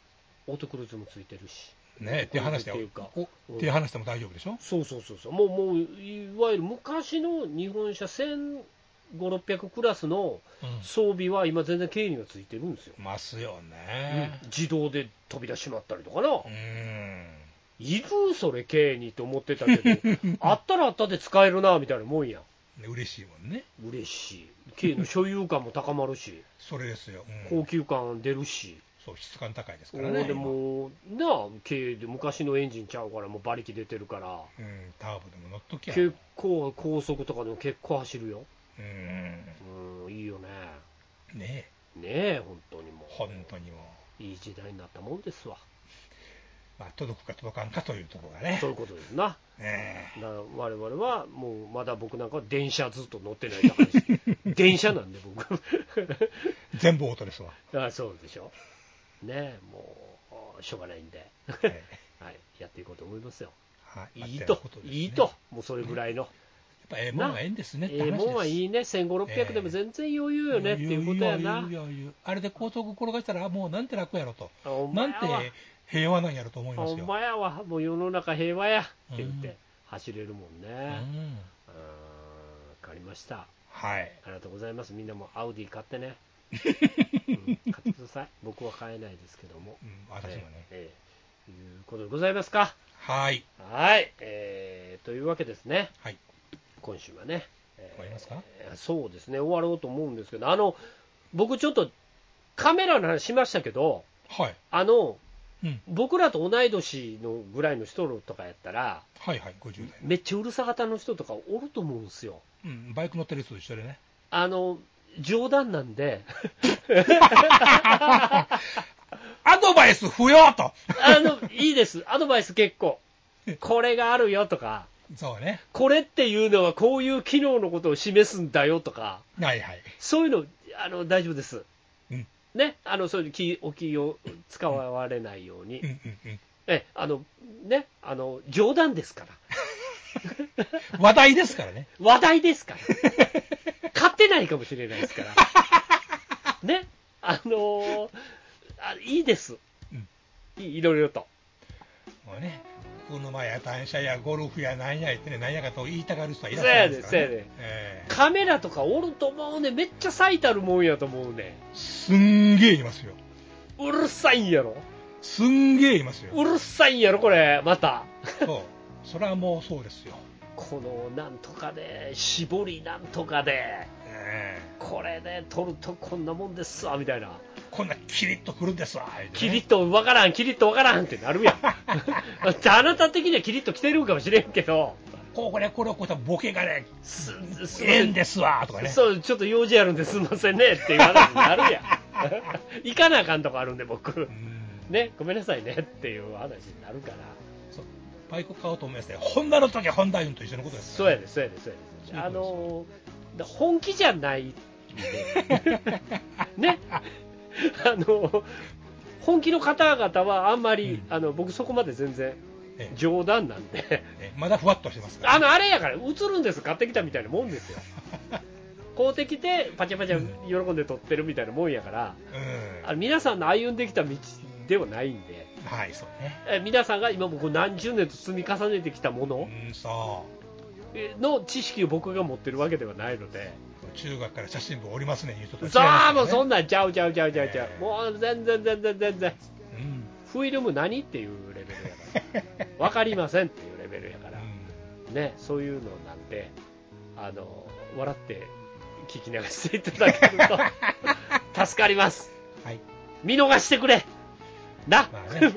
Speaker 3: オートクルーズもついてるし、
Speaker 4: ねっていう話で
Speaker 3: っていうか
Speaker 4: おっていう話でも大丈夫でしょ
Speaker 3: そうそうそうそう、もう、もういわゆる昔の日本車1500、600クラスの
Speaker 4: う
Speaker 3: 装備は今、全然経緯にはついてるんですよ、
Speaker 4: んますよね
Speaker 3: 自動で飛び出しまったりとかな、
Speaker 4: うん
Speaker 3: いる、それ、経にと思ってたけど、 あったらあったで使えるなみたいなもんや、
Speaker 4: ね嬉しいもんね
Speaker 3: 嬉しい、経の所有感も高まるし、
Speaker 4: それですよ、 うん
Speaker 3: 高級感出るし。
Speaker 4: そう質感高いですからね
Speaker 3: でもなあ軽で昔のエンジンちゃうからもう馬力出てるから
Speaker 4: 今うん、ターボでも乗っときゃ
Speaker 3: 結構高速とかでも結構走るよ
Speaker 4: うん
Speaker 3: うんいいよね
Speaker 4: ねえ
Speaker 3: ねえ本当にも
Speaker 4: 本当にもう、
Speaker 3: ういい時代になったもんですわ
Speaker 4: まあ、届くか届かんかというところがね
Speaker 3: そういうことですな
Speaker 4: ね
Speaker 3: だから我々はもうまだ僕なんかは電車ずっと乗ってないだからです 電車なんで僕
Speaker 4: え全部オートですわ、
Speaker 3: あそうでしょねえもうしょうがないんで、
Speaker 4: え
Speaker 3: はい、やっていこうと思いますよ
Speaker 4: はい
Speaker 3: い
Speaker 4: ま
Speaker 3: と
Speaker 4: あてなことですね
Speaker 3: いい
Speaker 4: やっ
Speaker 3: ともうそれぐらいの、
Speaker 4: ぱええもんがええんですねって
Speaker 3: ええ
Speaker 4: 話です
Speaker 3: もんはいいね、1500でも全然余裕よねっていうことやな
Speaker 4: 余裕。余裕余裕あれで高速転がしたらもうなんて楽やろと
Speaker 3: お前
Speaker 4: なんて
Speaker 3: は、
Speaker 4: 平和なんやろと思います
Speaker 3: お
Speaker 4: よ、
Speaker 3: 前はもう世の中平和やって言っ
Speaker 4: うん
Speaker 3: て走れるもんね。
Speaker 4: う
Speaker 3: うん
Speaker 4: ん、
Speaker 3: わかりました。
Speaker 4: はい
Speaker 3: ありがとうございます。みんなもアウディ買って ね。うん買ってください。僕は買えないですけども。
Speaker 4: うん私もね、
Speaker 3: ええいうことでございますか。
Speaker 4: はい、
Speaker 3: はい、えーというわけですね。
Speaker 4: はい、
Speaker 3: 今週はね。えー
Speaker 4: 終わりますか
Speaker 3: えーそうですね、終わろうと思うんですけど、あの僕、ちょっとカメラの話しましたけど、
Speaker 4: はい、
Speaker 3: あの
Speaker 4: うん、
Speaker 3: 僕らと同い年のぐらいの人とかやったら、
Speaker 4: はい、はい、50代、
Speaker 3: めっちゃうるさ型の人とかおると思うんですよ。
Speaker 4: うん、バイク乗ってる人と一緒 でね、
Speaker 3: あの冗談なんで、
Speaker 4: アドバイス不要と、
Speaker 3: あのいいです、アドバイス結構、これがあるよとか、
Speaker 4: そうね、
Speaker 3: これっていうのはこういう機能のことを示すんだよとか、
Speaker 4: はい、はい、
Speaker 3: そういうのあの大丈夫です、
Speaker 4: うん
Speaker 3: ね、あのそういう気お気を使われないように
Speaker 4: うん、うん、
Speaker 3: ええあのねあの冗談ですから
Speaker 4: うん、話題ですからね、
Speaker 3: 話題ですから勝てないかもしれないですから ねあのーあいいです、
Speaker 4: うん
Speaker 3: いいろいろと
Speaker 4: もうね、車や単車やゴルフやなんや言ってね、なんやかと言いたがる人はいらっ
Speaker 3: そ
Speaker 4: し
Speaker 3: う
Speaker 4: ゃ
Speaker 3: や
Speaker 4: るんで
Speaker 3: ね
Speaker 4: す
Speaker 3: そ
Speaker 4: か
Speaker 3: う
Speaker 4: ら
Speaker 3: や
Speaker 4: ね、
Speaker 3: ね
Speaker 4: ええ
Speaker 3: カメラとかおると思うねめっちゃ最たるもんやと思うね
Speaker 4: すんげえいますよ、
Speaker 3: うるさいんやろ
Speaker 4: すんげえいます
Speaker 3: う
Speaker 4: よ、
Speaker 3: るさいんやろこれまた
Speaker 4: そう、それはもうそうですよ、
Speaker 3: このなんとかで絞りなんとかで
Speaker 4: え
Speaker 3: これで撮るとこんなもんですわみたいな
Speaker 4: えこんなキリッとくるんですわ、言うてね
Speaker 3: キリッとわからん、キリッとわからんってなるやん。だってあなた的にはキリッと来てるんかもしれんけど、
Speaker 4: こうこれこれをこうやったボケがね、
Speaker 3: す、す
Speaker 4: ええんですわとかね、
Speaker 3: そう、ちょっと用事あるんですいませんねっていう話にな るやん。行かなあかんとこあるんで、僕
Speaker 4: う。ん
Speaker 3: ね、ごめんなさいねっていう話になるから。
Speaker 4: そうバイク買おうと思いまして、ホンダの時はホンダ運と一緒のことですか
Speaker 3: そう
Speaker 4: ら
Speaker 3: や
Speaker 4: ね、
Speaker 3: で、そうやで、そうやで。
Speaker 4: そういう
Speaker 3: あの
Speaker 4: ことです
Speaker 3: ーだ本気じゃない んで。ね。あの、本気の方々はあんまり、あの、僕そこまで全然
Speaker 4: ええ
Speaker 3: 冗談なんで。
Speaker 4: ええまだふわっとしてますから、
Speaker 3: あのあれやから、映るんです、買ってきたみたいなもんですよ。買うてきて、パチャパチャ喜んで撮ってるみたいなもんやから、
Speaker 4: うん
Speaker 3: あの皆さんの歩んできた道ではないんで、
Speaker 4: はい、そうね、
Speaker 3: え皆さんが今、僕、何十年と積み重ねてきたも
Speaker 4: う
Speaker 3: の
Speaker 4: ん、そ
Speaker 3: えの知識を僕が持ってるわけではないので、
Speaker 4: う、中学から写真部おりますね、言うとったら違い
Speaker 3: さあ、も
Speaker 4: ま
Speaker 3: う
Speaker 4: す
Speaker 3: そ
Speaker 4: から
Speaker 3: ん
Speaker 4: ね
Speaker 3: なんちゃうちゃうちゃうちゃうちゃ
Speaker 4: え
Speaker 3: う、
Speaker 4: え
Speaker 3: もう全然、全然、全然、
Speaker 4: うん
Speaker 3: フィルム何っていうレベルやから、分かりませんっていうレベルやから。ね、そういうのなんで、あの笑って聞き流していただける と助かります、
Speaker 4: はい
Speaker 3: 見逃してくれ、な、
Speaker 4: まあね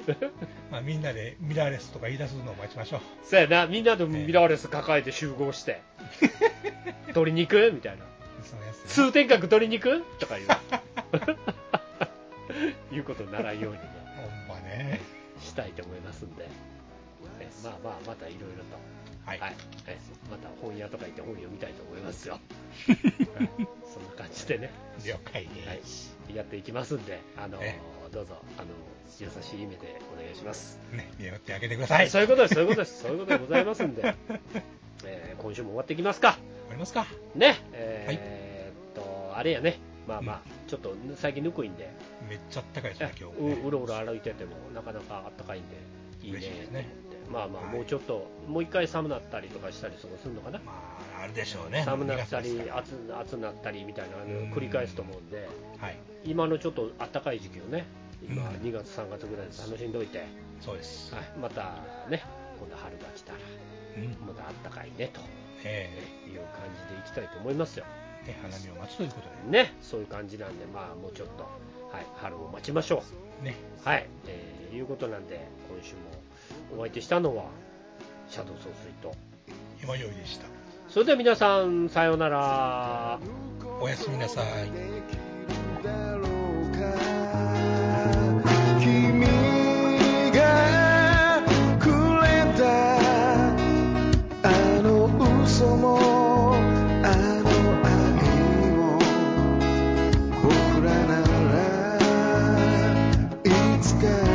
Speaker 4: まあ、みんなでミラーレスとか言い出すのを待ちましょう。
Speaker 3: そうやな、みんなでミラーレス抱えて集合して、取りに行くみたいな、
Speaker 4: そのやつね
Speaker 3: 通天閣取りに行くとかいう、 いうことにならんようにね、
Speaker 4: ほんまね。
Speaker 3: したいと思いますんで、えまあまあ、またいろいろと。
Speaker 4: は。
Speaker 3: はいい、
Speaker 4: はい。
Speaker 3: えまた本屋とか行って本読みたいと思います よ。そんな感じでね、
Speaker 4: 了解
Speaker 3: は
Speaker 4: です。
Speaker 3: い、やっていきますんで、あの
Speaker 4: え
Speaker 3: どうぞあの優しい目でお願いします。
Speaker 4: ね、見守ってあげてください。
Speaker 3: そういうことです、そういうことです、そういうことでございますんで、えー今週も終わっていきますか。
Speaker 4: ありますか
Speaker 3: ね、えーっと、あれやね、まあまあ、ちょっと最近ぬくいんで、
Speaker 4: めっちゃあったかいですね、今日も
Speaker 3: う
Speaker 4: ね、
Speaker 3: うろうろ歩いててもなかなかあったかいんで、いいね
Speaker 4: 嬉しいですね。
Speaker 3: まあまあ、もうちょっと、もう一回寒なったりとかしたりとかするのかな、
Speaker 4: まあ、あるでしょうね。
Speaker 3: 寒なった
Speaker 4: 二
Speaker 3: り
Speaker 4: 月ですか
Speaker 3: 暑、暑なったりみたいなの
Speaker 4: うん
Speaker 3: を繰り返すと思うんで、
Speaker 4: らはい、
Speaker 3: 今のちょっと暖かい時期をね、今、
Speaker 4: うん
Speaker 3: 2月、3月ぐらいで楽しんでおいて、
Speaker 4: そうです。
Speaker 3: はいまたね、今度春が来たら、
Speaker 4: うん、
Speaker 3: また暖かいねと
Speaker 4: え
Speaker 3: いう感じでいきたいと思いますよ。
Speaker 4: えね花見を待つということ
Speaker 3: ね、そういう感じなんで、まあ、もうちょっと、はい、春を待ちましょ
Speaker 4: でね、
Speaker 3: う。はい、えーいうことなんで、今週もお相手したのは、シャドウ総帥と。
Speaker 4: 今用意でした。
Speaker 3: それでは皆さん、さようなら。
Speaker 4: おやすみなさい。
Speaker 5: 「君がくれたあの嘘もあの愛も僕らならいつか